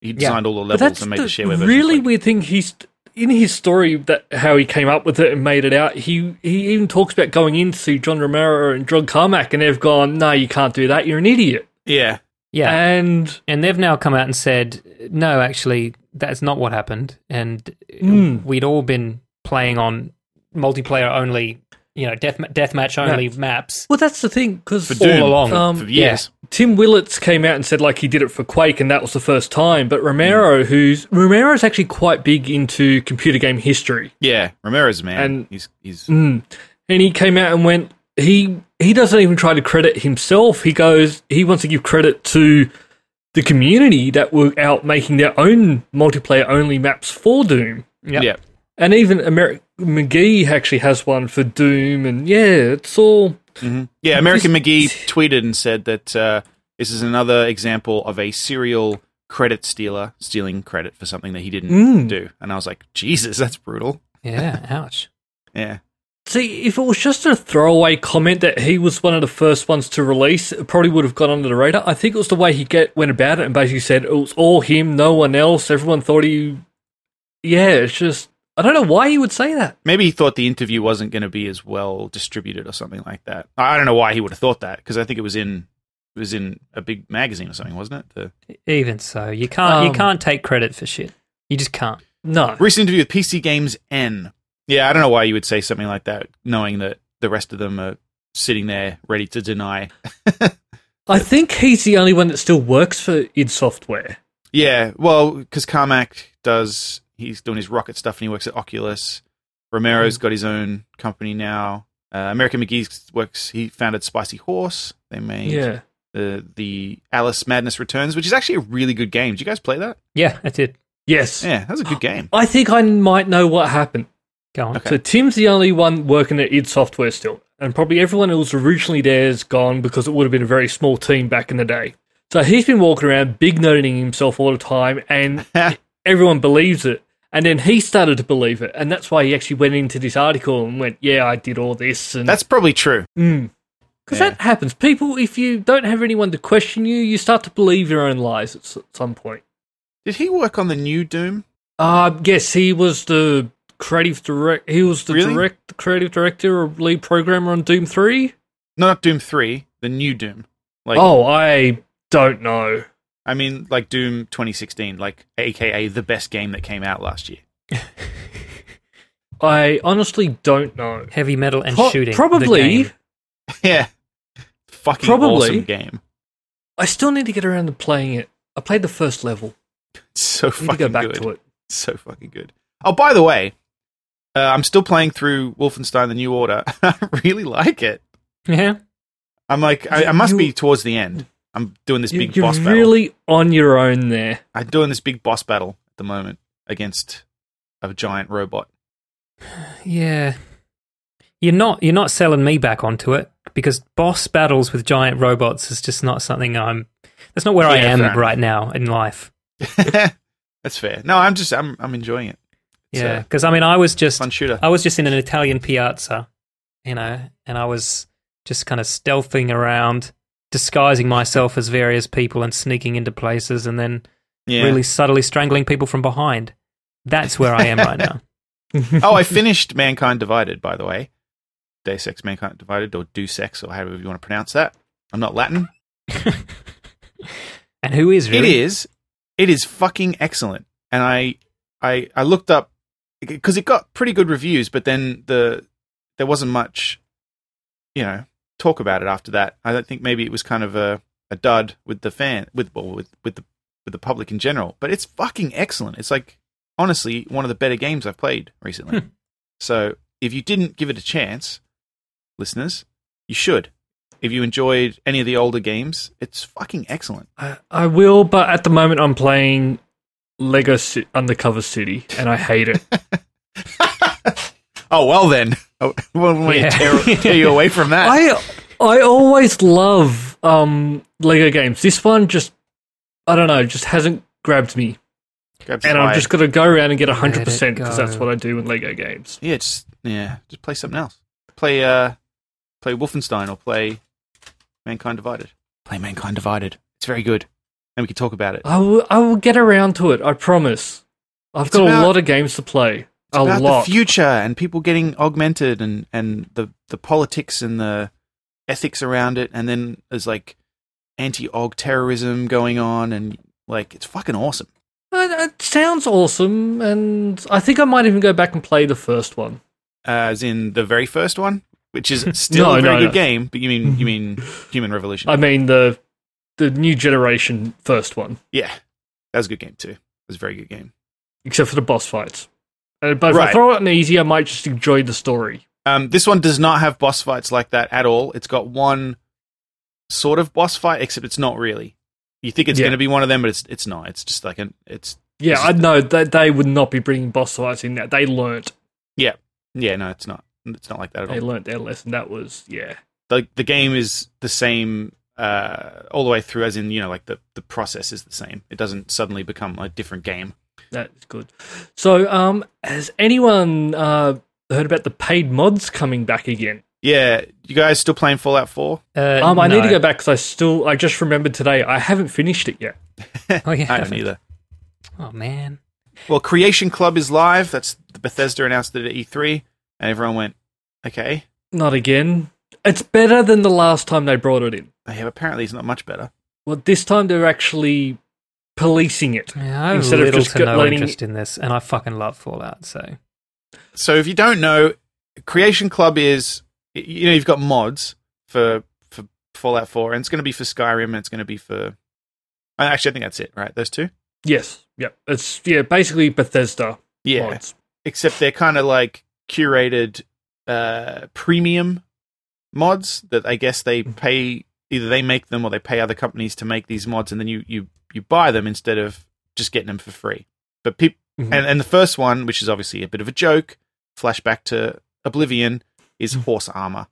Speaker 3: He designed all the
Speaker 2: But
Speaker 3: levels
Speaker 2: that's
Speaker 3: and made the,
Speaker 2: the
Speaker 3: shareware version. of
Speaker 2: really
Speaker 3: Quake.
Speaker 2: weird thing. He's in his story that how he came up with it and made it out. He he even talks about going in to see John Romero and John Carmack, and they've gone, "No, you can't do that. You're an idiot."
Speaker 3: Yeah.
Speaker 4: Yeah,
Speaker 2: And
Speaker 4: And they've now come out and said, no, actually, that's not what happened. And
Speaker 2: Mm.
Speaker 4: we'd all been playing on multiplayer only, you know, death deathmatch only maps.
Speaker 2: well, that's the thing because
Speaker 3: For Doom,
Speaker 4: along,
Speaker 2: um,
Speaker 3: for years.
Speaker 2: Tim Willits came out and said like he did it for Quake and that was the first time. But
Speaker 3: Mm.
Speaker 2: Romero, who's Romero's actually quite big into computer game history,
Speaker 3: Yeah. Romero's a man.
Speaker 2: Mm. And-
Speaker 3: he's he's
Speaker 2: and he came out and went, he he doesn't even try to credit himself. He goes he wants to give credit to the community that were out making their own multiplayer only maps for Doom.
Speaker 4: Yep.
Speaker 3: Yeah.
Speaker 2: And even Ameri- McGee actually has one for Doom, and yeah, it's all
Speaker 3: Yeah, American McGee tweeted and said that uh, this is another example of a serial credit stealer stealing credit for something that he didn't
Speaker 2: Mm.
Speaker 3: do. And I was like, Jesus, that's brutal.
Speaker 4: Yeah. Ouch.
Speaker 3: Yeah.
Speaker 2: See, if it was just a throwaway comment that he was one of the first ones to release, it probably would have gone under the radar. I think it was the way he get went about it and basically said it was all him, no one else. Everyone thought he, yeah, it's just I don't know why he would say that.
Speaker 3: Maybe he thought the interview wasn't going to be as well distributed or something like that. I I don't know why he would have thought that because I think it was in it was in a big magazine or something, wasn't it? The
Speaker 4: Even so, you can't you
Speaker 2: Um,
Speaker 4: can't take credit for shit. You just can't.
Speaker 2: No,
Speaker 3: recent interview with PC Games N. Yeah, I don't know why you would say something like that, knowing that the rest of them are sitting there ready to deny.
Speaker 2: I think he's the only one that still works for id Software.
Speaker 3: Yeah, well, because Carmack does he's doing his rocket stuff and he works at Oculus.
Speaker 2: Mm.
Speaker 3: Romero's got his own company now. Uh, American McGee works. He founded Spicy Horse. They made
Speaker 2: Yeah,
Speaker 3: the the Alice Madness Returns, which is actually a really good game. Did you guys play that?
Speaker 4: Yeah, I did.
Speaker 2: yes,
Speaker 3: Yeah, that was
Speaker 2: [gasps]
Speaker 3: a good game.
Speaker 2: I think I might know what happened.
Speaker 4: Go on.
Speaker 2: So Tim's the only one working at id Software still, and probably everyone who was originally there is gone because it would have been a very small team back in the day. So he's been walking around big noting himself all the time, and everyone believes it. And then he started to believe it, and that's why he actually went into this article and went, "Yeah, I did all this." And
Speaker 3: That's probably true.
Speaker 2: because that happens. People, if you don't have anyone to question you, you start to believe your own lies at, s- at some point.
Speaker 3: Did he work on the new Doom?
Speaker 2: Uh, yes, he was the creative direct. He was the
Speaker 3: Really?
Speaker 2: direct creative director or lead programmer on Doom Three.
Speaker 3: No, not Doom Three, the new Doom. Like,
Speaker 2: oh, I don't know.
Speaker 3: I mean, like Doom 2016, like AKA the best game that came out last year. [laughs]
Speaker 2: I honestly don't know.
Speaker 4: Heavy metal and
Speaker 2: Pro-
Speaker 4: shooting. the
Speaker 2: probably.
Speaker 4: game.
Speaker 3: yeah, fucking
Speaker 2: Probably.
Speaker 3: awesome game.
Speaker 2: I still need to get around to playing it. I played the first level.
Speaker 3: It's so
Speaker 2: I need
Speaker 3: fucking
Speaker 2: to go back
Speaker 3: good.
Speaker 2: to it.
Speaker 3: It's so fucking good. Oh, by the way, uh, I'm still playing through Wolfenstein: The New Order. [laughs] I really like it.
Speaker 4: Yeah.
Speaker 3: I'm like, I, I
Speaker 2: You-
Speaker 3: must
Speaker 2: you-
Speaker 3: be towards the end. I'm doing this
Speaker 2: You,
Speaker 3: big
Speaker 2: you're
Speaker 3: boss battle.
Speaker 2: really on your own there.
Speaker 3: I'm doing this big boss battle at the moment against a giant robot. [laughs]
Speaker 4: Yeah. You're not you're not selling me back onto it because boss battles with giant robots is just not something I'm that's not where I
Speaker 3: Yeah,
Speaker 4: am
Speaker 3: fair enough.
Speaker 4: right now in life.
Speaker 3: That's fair. No, I'm just, I'm, I'm enjoying it. It's
Speaker 4: Yeah,
Speaker 3: yeah,
Speaker 4: because I mean I was just
Speaker 3: fun shooter.
Speaker 4: I was just in an Italian piazza, you know, and I was just kind of stealthing around, disguising myself as various people and sneaking into places and then
Speaker 3: Yeah.
Speaker 4: really subtly strangling people from behind. That's where I am
Speaker 3: [laughs]
Speaker 4: right now.
Speaker 3: oh,
Speaker 2: [laughs]
Speaker 3: I finished Mankind Divided, by the way. Deus Ex Mankind Divided, or Deus Ex, or however you want to pronounce that. I'm not Latin.
Speaker 4: And who is really?
Speaker 3: It is. It is fucking excellent. And I, I, I looked up because it got pretty good reviews, but then the there wasn't much, you know, talk about it after that. I don't think maybe it was kind of a, a dud with the fan with well, with with the with the public in general. But it's fucking excellent. It's like honestly one of the better games I've played recently.
Speaker 4: Hmm.
Speaker 3: So if you didn't give it a chance, listeners, you should. If you enjoyed any of the older games, it's fucking excellent.
Speaker 2: I, I will, but at the moment I'm playing Lego Ci- Undercover City, and I hate
Speaker 3: [laughs]
Speaker 2: it.
Speaker 3: Oh well, then. [laughs] Oh, well, we
Speaker 4: Yeah.
Speaker 3: tear, tear you away from that.
Speaker 2: I I always love um, Lego games. This one just I don't know, just hasn't grabbed me.
Speaker 3: Grab
Speaker 2: and I'm
Speaker 3: slide.
Speaker 2: just going to go around and get 100%
Speaker 4: Let it
Speaker 2: because
Speaker 4: go.
Speaker 2: that's what I do in Lego games.
Speaker 3: yeah, just yeah, just play something else. Play uh, play Wolfenstein or play Mankind Divided. Play Mankind Divided. It's very good, and we can talk about it.
Speaker 2: I will, I will get around to it, I promise. I've
Speaker 3: It's
Speaker 2: got
Speaker 3: about-
Speaker 2: a lot of games to play. A
Speaker 3: about
Speaker 2: lot.
Speaker 3: the future and people getting augmented and and the the politics and the ethics around it, and then there's like anti-og terrorism going on, and like it's fucking awesome.
Speaker 2: Uh, it sounds awesome, and I think I might even go back and play the first one.
Speaker 3: as in the very first one,
Speaker 2: [laughs]
Speaker 3: which is still
Speaker 2: No,
Speaker 3: a very
Speaker 2: no,
Speaker 3: good
Speaker 2: no.
Speaker 3: game. But you mean you
Speaker 2: [laughs]
Speaker 3: mean Human Revolution?
Speaker 2: I mean, the the new generation first one,
Speaker 3: yeah, that was a good game too. It was a very good game.
Speaker 2: except for the boss fights. Uh, but if
Speaker 3: Right.
Speaker 2: I throw it on easy, I might just enjoy the story.
Speaker 3: Um, this one does not have boss fights like that at all. It's got one sort of boss fight, except it's not really. You think it's
Speaker 2: Yeah.
Speaker 3: going to be one of them, but it's it's not. It's just like an it's
Speaker 2: Yeah,
Speaker 3: This is
Speaker 2: I know that they would not be bringing boss fights in that. They learnt.
Speaker 3: yeah yeah no it's not it's not like that at all.
Speaker 2: They learnt their lesson. That was yeah.
Speaker 3: the the game is the same uh, all the way through, as in you know, like the the process is the same. It doesn't suddenly become a different game.
Speaker 2: That's good. So, um, has anyone uh, heard about the paid mods coming back again?
Speaker 3: Yeah, you guys still playing Fallout Four?
Speaker 4: Uh,
Speaker 2: Um, I need
Speaker 4: no.
Speaker 2: to go back because I still I just remembered today I haven't finished it yet.
Speaker 4: [laughs] Oh, yeah.
Speaker 3: I haven't either.
Speaker 4: Oh man.
Speaker 3: Well, Creation Club is live. That's Bethesda announced it at E3, and everyone went, okay.
Speaker 2: Not again. It's better than the last time they brought it in.
Speaker 3: Yeah, apparently it's not much better.
Speaker 2: Well, this time they're actually policing it.
Speaker 4: Yeah, I have
Speaker 2: Instead of
Speaker 4: little
Speaker 2: just
Speaker 4: to
Speaker 2: go-
Speaker 4: no
Speaker 2: letting-
Speaker 4: interest in this, and I fucking love Fallout. So
Speaker 3: So if you don't know, Creation Club is you know you've got mods for for Fallout Four, and it's going to be for Skyrim, and it's going to be for. Actually, I think that's it, right? Those two.
Speaker 2: Yes. Yep. It's yeah, basically Bethesda
Speaker 3: Yeah.
Speaker 2: mods.
Speaker 3: except they're kind of like curated uh, premium mods that I guess they pay either they make them or they pay other companies to make these mods, and then you you you buy them instead of just getting them for free. But people
Speaker 2: Mhm.
Speaker 3: and and the first one, which is obviously a bit of a joke, flashback to Oblivion, is
Speaker 2: Hmm.
Speaker 3: horse
Speaker 2: [laughs]
Speaker 3: armor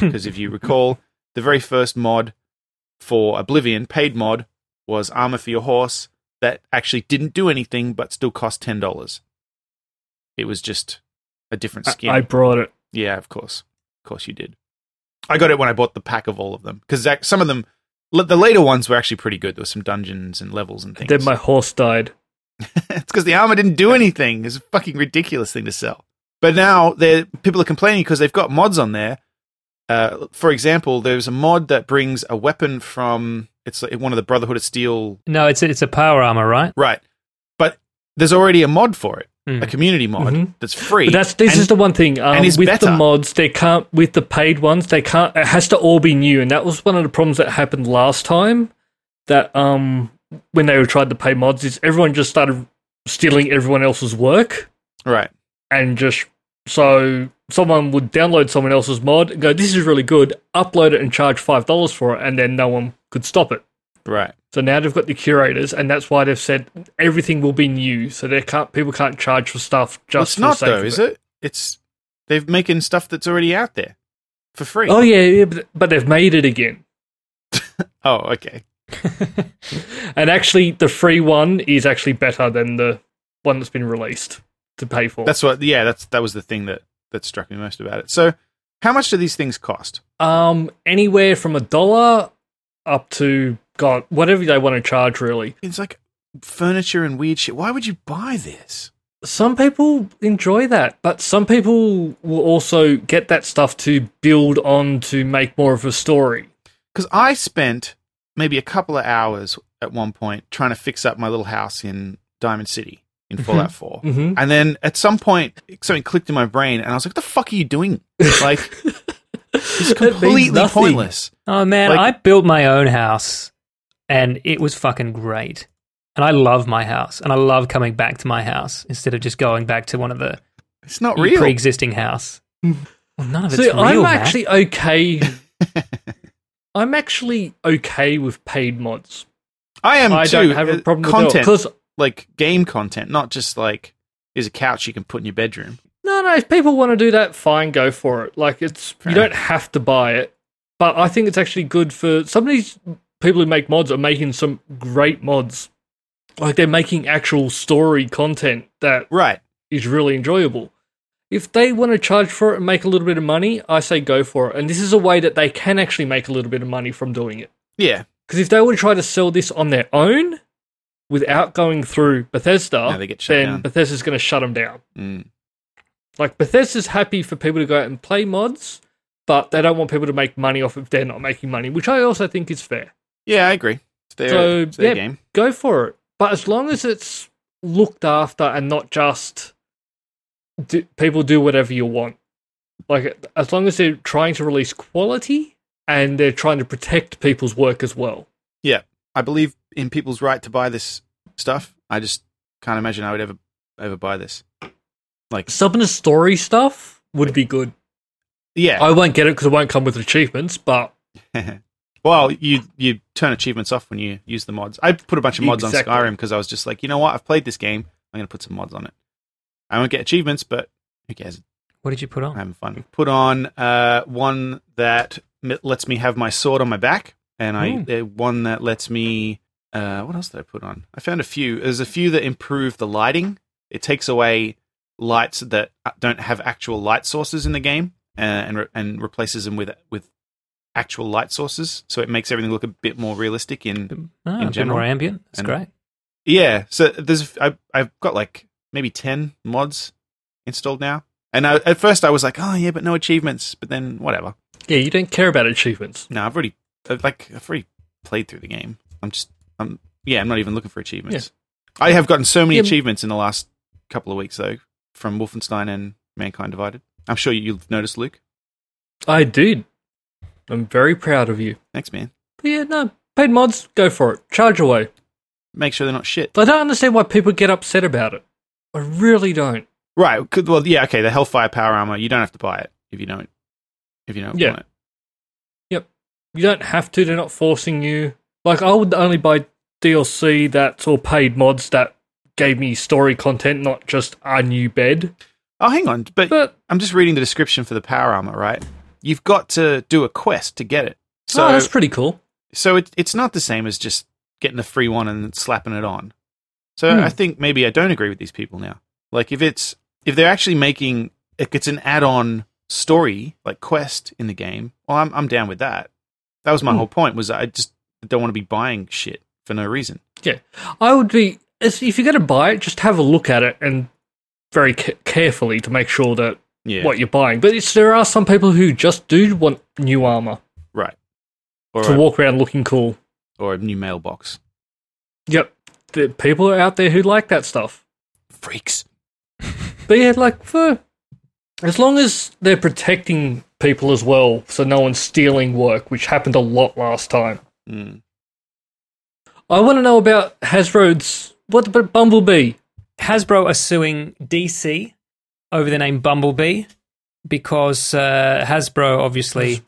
Speaker 3: because if you recall, the very first mod for Oblivion, paid mod, was armor for your horse that actually didn't do anything but still cost ten dollars. It was just a different
Speaker 2: I-
Speaker 3: skin.
Speaker 2: I brought it.
Speaker 3: yeah, of course, of course you did. I got it when I bought the pack of all of them because some of them, l- the later ones were actually pretty good. There were some dungeons and levels and things.
Speaker 2: Then my horse died.
Speaker 3: [laughs] it's because the armor didn't do anything. It's a fucking ridiculous thing to sell. But now they're, people are complaining because they've got mods on there. Uh, for example, there's a mod that brings a weapon from it's like one of the Brotherhood of Steel,
Speaker 4: no, it's a, it's a power armor, right?
Speaker 3: right? But there's already a mod for it,
Speaker 4: Mm.
Speaker 3: a community mod
Speaker 2: Mhm.
Speaker 3: that's free.
Speaker 2: But that's this
Speaker 3: And-
Speaker 2: is the one thing. Um,
Speaker 3: and it's
Speaker 2: with
Speaker 3: better.
Speaker 2: the mods, they can't with the paid ones. They can't. It has to all be new, and that was one of the problems that happened last time. That um, when they were tried to pay mods, is everyone just started stealing everyone else's work
Speaker 3: right.
Speaker 2: and just so someone would download someone else's mod, and go, "This is really good," upload it and charge five dollars for it, and then no one could stop it.
Speaker 3: Right.
Speaker 2: So now they've got the curators, and that's why they've said everything will be new. So they can't people can't charge for stuff
Speaker 3: Well,
Speaker 2: just
Speaker 3: it's
Speaker 2: for
Speaker 3: not
Speaker 2: the sake
Speaker 3: though,
Speaker 2: of
Speaker 3: is
Speaker 2: it.
Speaker 3: it? It's they're making stuff that's already out there for free.
Speaker 2: Oh yeah, yeah but, but they've made it again.
Speaker 3: Oh, okay.
Speaker 2: And actually, the free one is actually better than the one that's been released to pay for.
Speaker 3: That's what. Yeah, that's that was the thing that that struck me most about it. So, how much do these things cost?
Speaker 2: um anywhere from a dollar up to God whatever they want to charge. Really,
Speaker 3: It's like furniture and weird shit. Why would you buy this?
Speaker 2: some people enjoy that, but some people will also get that stuff to build on to make more of a story.
Speaker 3: Because I spent maybe a couple of hours at one point trying to fix up my little house in Diamond City in Fallout 4.
Speaker 2: Mhm.
Speaker 3: And then at some point, something clicked in my brain, and I was like, "What the fuck are you doing?"
Speaker 2: [laughs]
Speaker 3: Like, it's
Speaker 2: It means
Speaker 3: completely
Speaker 2: nothing.
Speaker 3: pointless.
Speaker 4: Oh man,
Speaker 3: Like-
Speaker 4: I built my own house, and it was fucking great. And I love my house, and I love coming back to my house instead of just going back to one of the
Speaker 3: It's not real.
Speaker 4: pre-existing house. Well, none of it's
Speaker 2: See,
Speaker 4: real,
Speaker 2: I'm
Speaker 4: Matt.
Speaker 2: actually
Speaker 3: [laughs]
Speaker 2: okay. I'm actually okay with paid mods.
Speaker 3: I am
Speaker 2: I
Speaker 3: too.
Speaker 2: don't have a
Speaker 3: Uh,
Speaker 2: problem with
Speaker 3: content,
Speaker 2: it because
Speaker 3: like game content, not just like is a couch you can put in your bedroom.
Speaker 2: No, no. If people want to do that, fine, go for it. Like it's
Speaker 3: Fair
Speaker 2: you
Speaker 3: enough.
Speaker 2: don't have to buy it, but I think it's actually good for some of these people who make mods are making some great mods. Like they're making actual story content that
Speaker 3: Right.
Speaker 2: is really enjoyable. If they want to charge for it and make a little bit of money, I say go for it. And this is a way that they can actually make a little bit of money from doing it.
Speaker 3: Yeah.
Speaker 2: Because if they were to try to sell this on their own without going through Bethesda,
Speaker 3: No, they get shut
Speaker 2: then
Speaker 3: down.
Speaker 2: Bethesda's going to shut them down.
Speaker 3: Mm.
Speaker 2: Like Bethesda's happy for people to go out and play mods, but they don't want people to make money off if they're not making money, which I also think is fair.
Speaker 3: Yeah, I agree. It's their,
Speaker 2: So,
Speaker 3: it's their
Speaker 2: yeah.
Speaker 3: game.
Speaker 2: Go for it. But as long as it's looked after and not just do, people do whatever you want. Like as long as they're trying to release quality and they're trying to protect people's work as well.
Speaker 3: I believe in people's right to buy this stuff. I just can't imagine I would ever ever buy this.
Speaker 2: Some of the story stuff would be good.
Speaker 3: Yeah.
Speaker 2: I won't get it because it won't come with achievements, but
Speaker 3: [laughs] Well, you you turn achievements off when you use the mods. I put a bunch of mods
Speaker 2: Exactly.
Speaker 3: on Skyrim because I was just like, you know what? I've played this game. I'm going to put some mods on it. I won't get achievements, but who cares?
Speaker 4: What did you put
Speaker 3: I'm
Speaker 4: on?
Speaker 3: having fun. Put on uh, one that m- lets me have my sword on my back, and I uh, one that lets me. Uh, what else did I put on? I found a few. There's a few that improve the lighting. It takes away lights that uh, don't have actual light sources in the game, uh, and re- and replaces them with with actual light sources. So it makes everything look a bit more realistic in
Speaker 4: Ah, a bit
Speaker 3: general.
Speaker 4: more ambient. That's
Speaker 3: And-
Speaker 4: great.
Speaker 3: yeah, so there's I I've got like maybe ten mods installed now, and I, at first I was like, oh yeah, but no achievements. But then whatever.
Speaker 2: yeah, you don't care about achievements.
Speaker 3: No, I've already I've, like I've already played through the game. I'm just I'm yeah, I'm not even looking for achievements. I have gotten so many
Speaker 2: Yeah.
Speaker 3: achievements in the last couple of weeks though from Wolfenstein and Mankind Divided. I'm sure you've noticed, Luke.
Speaker 2: I did. I'm very proud of you.
Speaker 3: Thanks, man.
Speaker 2: But yeah, no, paid mods, go for it. Charge away.
Speaker 3: Make sure they're not shit.
Speaker 2: I don't understand why people get upset about it. I really don't.
Speaker 3: Right. Could, well, yeah. Okay. The Hellfire power armor. You don't have to buy it if you don't. If you don't
Speaker 2: Yeah.
Speaker 3: want it.
Speaker 2: Yep. You don't have to, they're not forcing you. Like, I would only buy DLC that's all paid mods that gave me story content, not just a new bed.
Speaker 3: Oh, hang on. But,
Speaker 2: But-
Speaker 3: I'm just reading the description for the power armor. Right. You've got to do a quest to get it. So
Speaker 2: oh, that's pretty cool.
Speaker 3: so it, it's not the same as just getting a free one and slapping it on. So
Speaker 2: Hmm.
Speaker 3: I think maybe I don't agree with these people now. Like if it's if they're actually making if it's an add-on story like quest in the game, well, I'm I'm down with that. That was my
Speaker 2: Hmm.
Speaker 3: whole point. Was I just don't want to be buying shit for no reason.
Speaker 2: Yeah, I would be. If if you're going to buy it, just have a look at it and very ca- carefully to make sure that
Speaker 3: Yeah.
Speaker 2: what you're buying. But it's, there are some people who just do want new armor
Speaker 3: Right. Or
Speaker 2: to
Speaker 3: a,
Speaker 2: walk around looking cool.
Speaker 3: or a new mailbox.
Speaker 2: Yep, the people are out there who like that stuff.
Speaker 3: Freaks.
Speaker 2: But yeah, like for as long as they're protecting people as well, so no one's stealing work, which happened a lot last time.
Speaker 3: Mm.
Speaker 2: I want to know about Hasbro's what about Bumblebee?
Speaker 4: Hasbro are suing DC over the name Bumblebee because uh, Hasbro obviously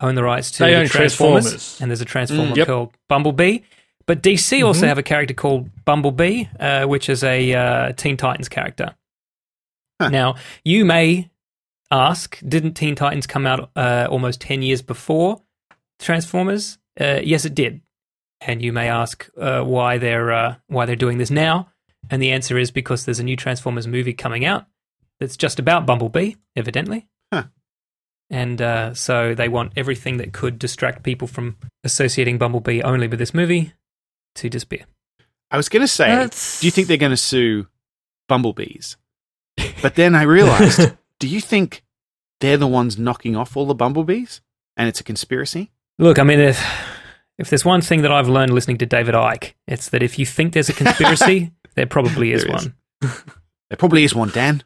Speaker 4: own the rights to
Speaker 2: They
Speaker 4: the
Speaker 2: own
Speaker 4: Transformers,
Speaker 2: Transformers.
Speaker 4: and there's a Transformer
Speaker 2: Mm, yep. Mm-hmm.
Speaker 4: called Bumblebee. But DC also have a character called Bumblebee, uh, which is a uh, Teen Titans character. Now you may ask, didn't Teen Titans come out uh, almost ten years before Transformers? Uh, yes, it did. And you may ask uh, why they're uh, why they're doing this now, and the answer is because there's a new Transformers movie coming out that's just about Bumblebee, evidently.
Speaker 3: Huh.
Speaker 4: And uh, so they want everything that could distract people from associating Bumblebee only with this movie to disappear.
Speaker 3: I was going to say,
Speaker 2: That's-
Speaker 3: do you think they're going to sue bumblebees? But then
Speaker 2: [laughs]
Speaker 3: I realized, do you think they're the ones knocking off all the bumblebees and it's a conspiracy?
Speaker 4: Look, I mean, if if there's one thing that I've learned listening to David Icke, it's that if you think there's
Speaker 3: [laughs]
Speaker 4: a conspiracy, there probably is
Speaker 3: There is.
Speaker 4: one.
Speaker 3: There probably is one, Dan.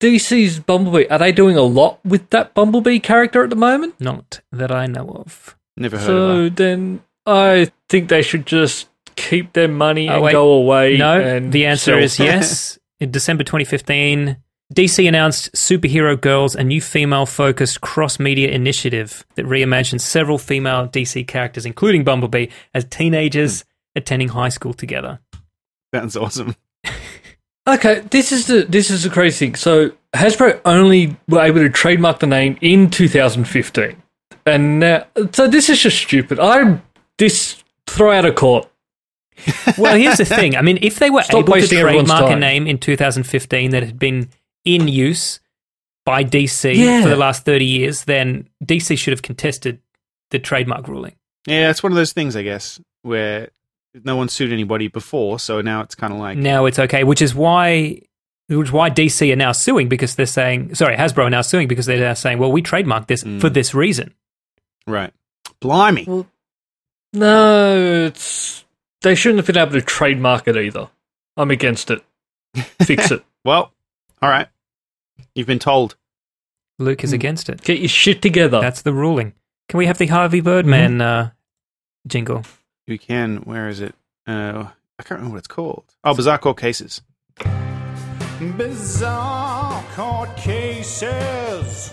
Speaker 2: DC's Bumblebee, are they doing a lot with that Bumblebee character at the moment?
Speaker 4: Not that I know of.
Speaker 3: Never heard of
Speaker 2: So
Speaker 3: her.
Speaker 2: then I think they should just keep their money
Speaker 4: Oh,
Speaker 2: and
Speaker 4: wait.
Speaker 2: go away.
Speaker 4: no,
Speaker 2: and
Speaker 4: the answer
Speaker 2: sell- [laughs]
Speaker 4: is yes. In December 2015, DC announced Superhero Girls, a new female focused cross media initiative that reimagines several female DC characters, including Bumblebee, as teenagers
Speaker 2: Hmm.
Speaker 4: attending high school together.
Speaker 3: Sounds awesome.
Speaker 2: Okay, this is the this is the crazy thing. So Hasbro only were able to trademark the name in 2015, and now, so this is just stupid. I this throw out of court.
Speaker 4: Well,
Speaker 2: [laughs]
Speaker 4: here's the thing. I mean, if they were
Speaker 2: Stop
Speaker 4: able to
Speaker 2: wasting everyone's
Speaker 4: trademark a
Speaker 2: time.
Speaker 4: name in 2015 that had been in use by DC
Speaker 2: Yeah.
Speaker 4: for the last 30 years, then DC should have contested the trademark ruling.
Speaker 3: Yeah, it's one of those things, I guess, where no one sued anybody before, so now it's kind of like,
Speaker 4: Now it's okay, which is why which is why DC are now suing because they're saying, sorry, Hasbro are now suing because they're now saying, well, we trademarked this for this reason.
Speaker 3: right. Blimey.
Speaker 2: No, it's they shouldn't have been able to trademark it either. I'm against it. Fix it.
Speaker 3: Well, all right. You've been told.
Speaker 4: Luke is against it.
Speaker 2: Get your shit together.
Speaker 4: That's the ruling. Can we have the Harvey Birdman uh, jingle?
Speaker 3: We can. Where is it? Uh, I can't remember what it's called. Oh, Bizarre Court Cases.
Speaker 5: bizarre court cases.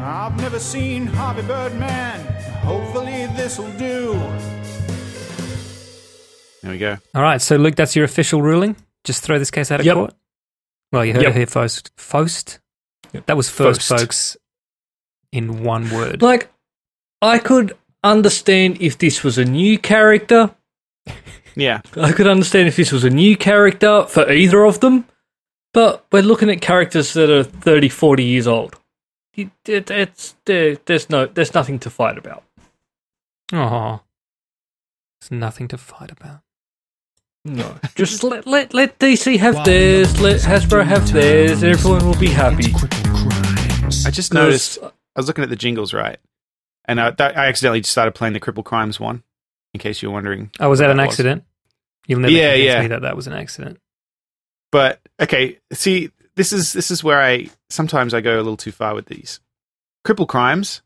Speaker 5: I've never seen Harvey Birdman. Hopefully, this'll do.
Speaker 3: There we go.
Speaker 4: All right, so Luke, that's your official ruling. Just throw this case out of
Speaker 2: Yep.
Speaker 4: court. Well, you heard
Speaker 2: Yep.
Speaker 4: it here first. Fost.
Speaker 2: Yep.
Speaker 4: That was first,
Speaker 3: Fost.
Speaker 4: folks. In one word.
Speaker 2: Like, I could understand if this was a new character.
Speaker 3: Yeah.
Speaker 2: I could understand if this was a new character for either of them, but we're looking at characters that are 30, 40 years old. It, it, it's, there, there's, no, there's nothing to fight about.
Speaker 4: Oh, there's nothing to fight about.
Speaker 3: [laughs]
Speaker 2: No. Just let, let, let DC have theirs, let Hasbro have theirs, everyone will be happy.
Speaker 3: I just noticed. I was looking at the jingles right, and I, that, I accidentally just started playing the Cripple Crimes one. In case you're wondering,
Speaker 4: Oh, was
Speaker 3: what
Speaker 4: that an
Speaker 3: was.
Speaker 4: accident? You'll never
Speaker 3: Yeah,
Speaker 4: convince
Speaker 3: yeah.
Speaker 4: me that that was an accident.
Speaker 3: But okay, see, this is this is where I sometimes I go a little too far with these. Cripple Crimes.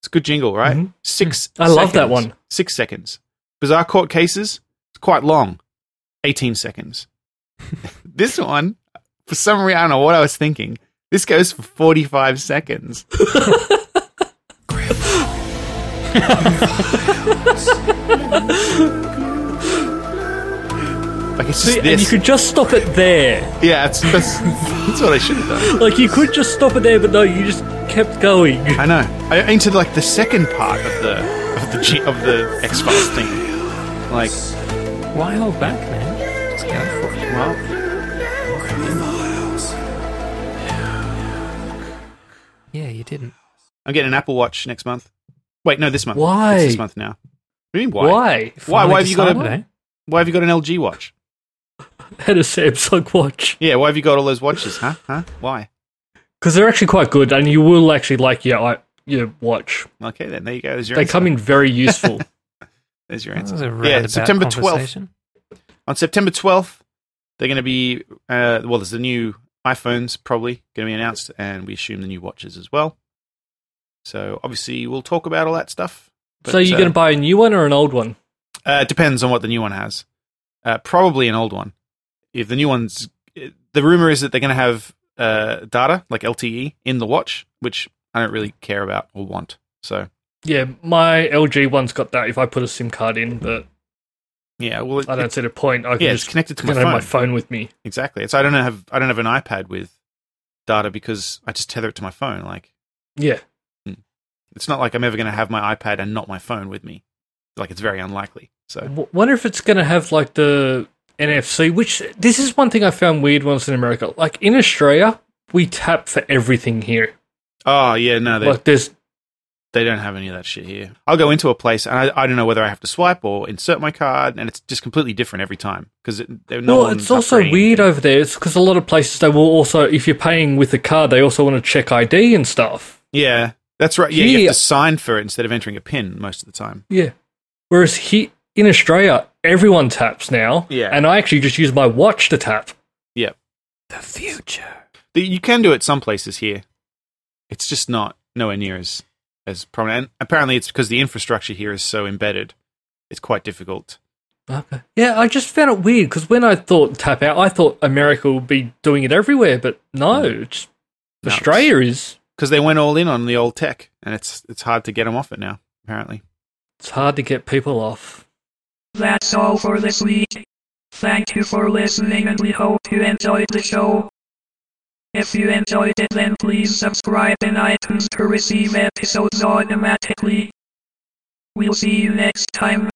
Speaker 3: It's a good jingle, right?
Speaker 2: Mhm.
Speaker 3: Six.
Speaker 2: I love that
Speaker 3: seconds.
Speaker 2: one.
Speaker 3: Six seconds. Bizarre court cases. It's quite long. Eighteen seconds. [laughs] this one, for some reason, I don't know what I was thinking. This goes for forty-five
Speaker 2: [laughs]
Speaker 3: seconds. like it's just
Speaker 2: See, and
Speaker 3: this.
Speaker 2: you could just stop it there.
Speaker 3: Yeah, that's, that's, that's what I should have done.
Speaker 2: Like, you could just stop it there, but no, you just kept going.
Speaker 3: I know. I entered like the second part of the of the G- of the X Files thing. Like,
Speaker 4: Why hold back, man? Just go for it.
Speaker 3: well,
Speaker 4: Yeah, you didn't.
Speaker 3: I'm getting an Apple Watch next month. Wait, no, this month.
Speaker 2: Why?
Speaker 3: It's this month now. What do you mean why?
Speaker 2: Why?
Speaker 3: Why?
Speaker 4: Finally
Speaker 3: Why have you got
Speaker 4: decided,
Speaker 3: a
Speaker 4: eh?
Speaker 3: Why have you got an LG watch?
Speaker 2: Had a Samsung watch.
Speaker 3: Yeah, why have you got all those watches? Huh? Huh? Why?
Speaker 2: Because they're actually quite good, and you will actually like your, i- your watch.
Speaker 3: Okay, then there you go. There's your
Speaker 2: They
Speaker 3: answer.
Speaker 2: come in very
Speaker 3: [laughs]
Speaker 2: useful.
Speaker 3: There's your
Speaker 4: That
Speaker 3: answer.
Speaker 4: was a
Speaker 3: yeah,
Speaker 4: roundabout
Speaker 3: September 12th.
Speaker 4: conversation.
Speaker 3: On September 12th, they're going to be uh, well. There's the new iPhones probably going to be announced, and we assume the new watches as well. So obviously, we'll talk about all that stuff.
Speaker 2: so you're going to buy a new one or an old one?
Speaker 3: Uh, it depends on what the new one has. Uh, probably an old one. If the new one's, the rumor is that they're going to have uh, data like LTE in the watch, which I don't really care about or want. So
Speaker 2: Yeah, my LG one's got that if I put a SIM card in, but
Speaker 3: yeah, well, it,
Speaker 2: I don't see the point. I can
Speaker 3: yeah, it's
Speaker 2: just
Speaker 3: connected to my
Speaker 2: can have
Speaker 3: phone.
Speaker 2: my phone with me.
Speaker 3: exactly. It's I don't have I don't have an iPad with data because I just tether it to my phone. Like
Speaker 2: Yeah.
Speaker 3: it's not like I'm ever going to have my iPad and not my phone with me. Like it's very unlikely. So
Speaker 2: W- wonder if it's going to have like the NFC, which this is one thing I found weird when I was in America. Like in Australia, we tap for everything here.
Speaker 3: oh yeah, no, they
Speaker 2: Like there's
Speaker 3: they don't have any of that shit here. I'll go into a place and I, I don't know whether I have to swipe or insert my card, and it's just completely different every time because they're
Speaker 2: no,
Speaker 3: not.
Speaker 2: it's also weird over there. It's because a lot of places they will also, if you're paying with a card, they also want to check ID and stuff.
Speaker 3: Yeah, that's right. Yeah, you
Speaker 2: Here-
Speaker 3: have to sign for it instead of entering a pin most of the time.
Speaker 2: Yeah. Whereas here in Australia, everyone taps now.
Speaker 3: Yeah.
Speaker 2: And I actually just use my watch to tap.
Speaker 3: Yeah,
Speaker 4: The future.
Speaker 3: The- you can do it some places here. It's just not nowhere near as as prominent. And apparently, it's because the infrastructure here is so embedded. It's quite difficult.
Speaker 2: Okay. Yeah, I just found it weird because when I thought tap out, I thought America would be doing it everywhere, but no, it's
Speaker 3: No, it's-
Speaker 2: Australia is.
Speaker 3: because they went all in on the old tech, and it's it's hard to get them off it now. Apparently,
Speaker 2: It's hard to get people off.
Speaker 6: That's all for this week. Thank you for listening and we hope you enjoyed the show. If you enjoyed it then please subscribe in iTunes to receive episodes automatically. We'll see you next time.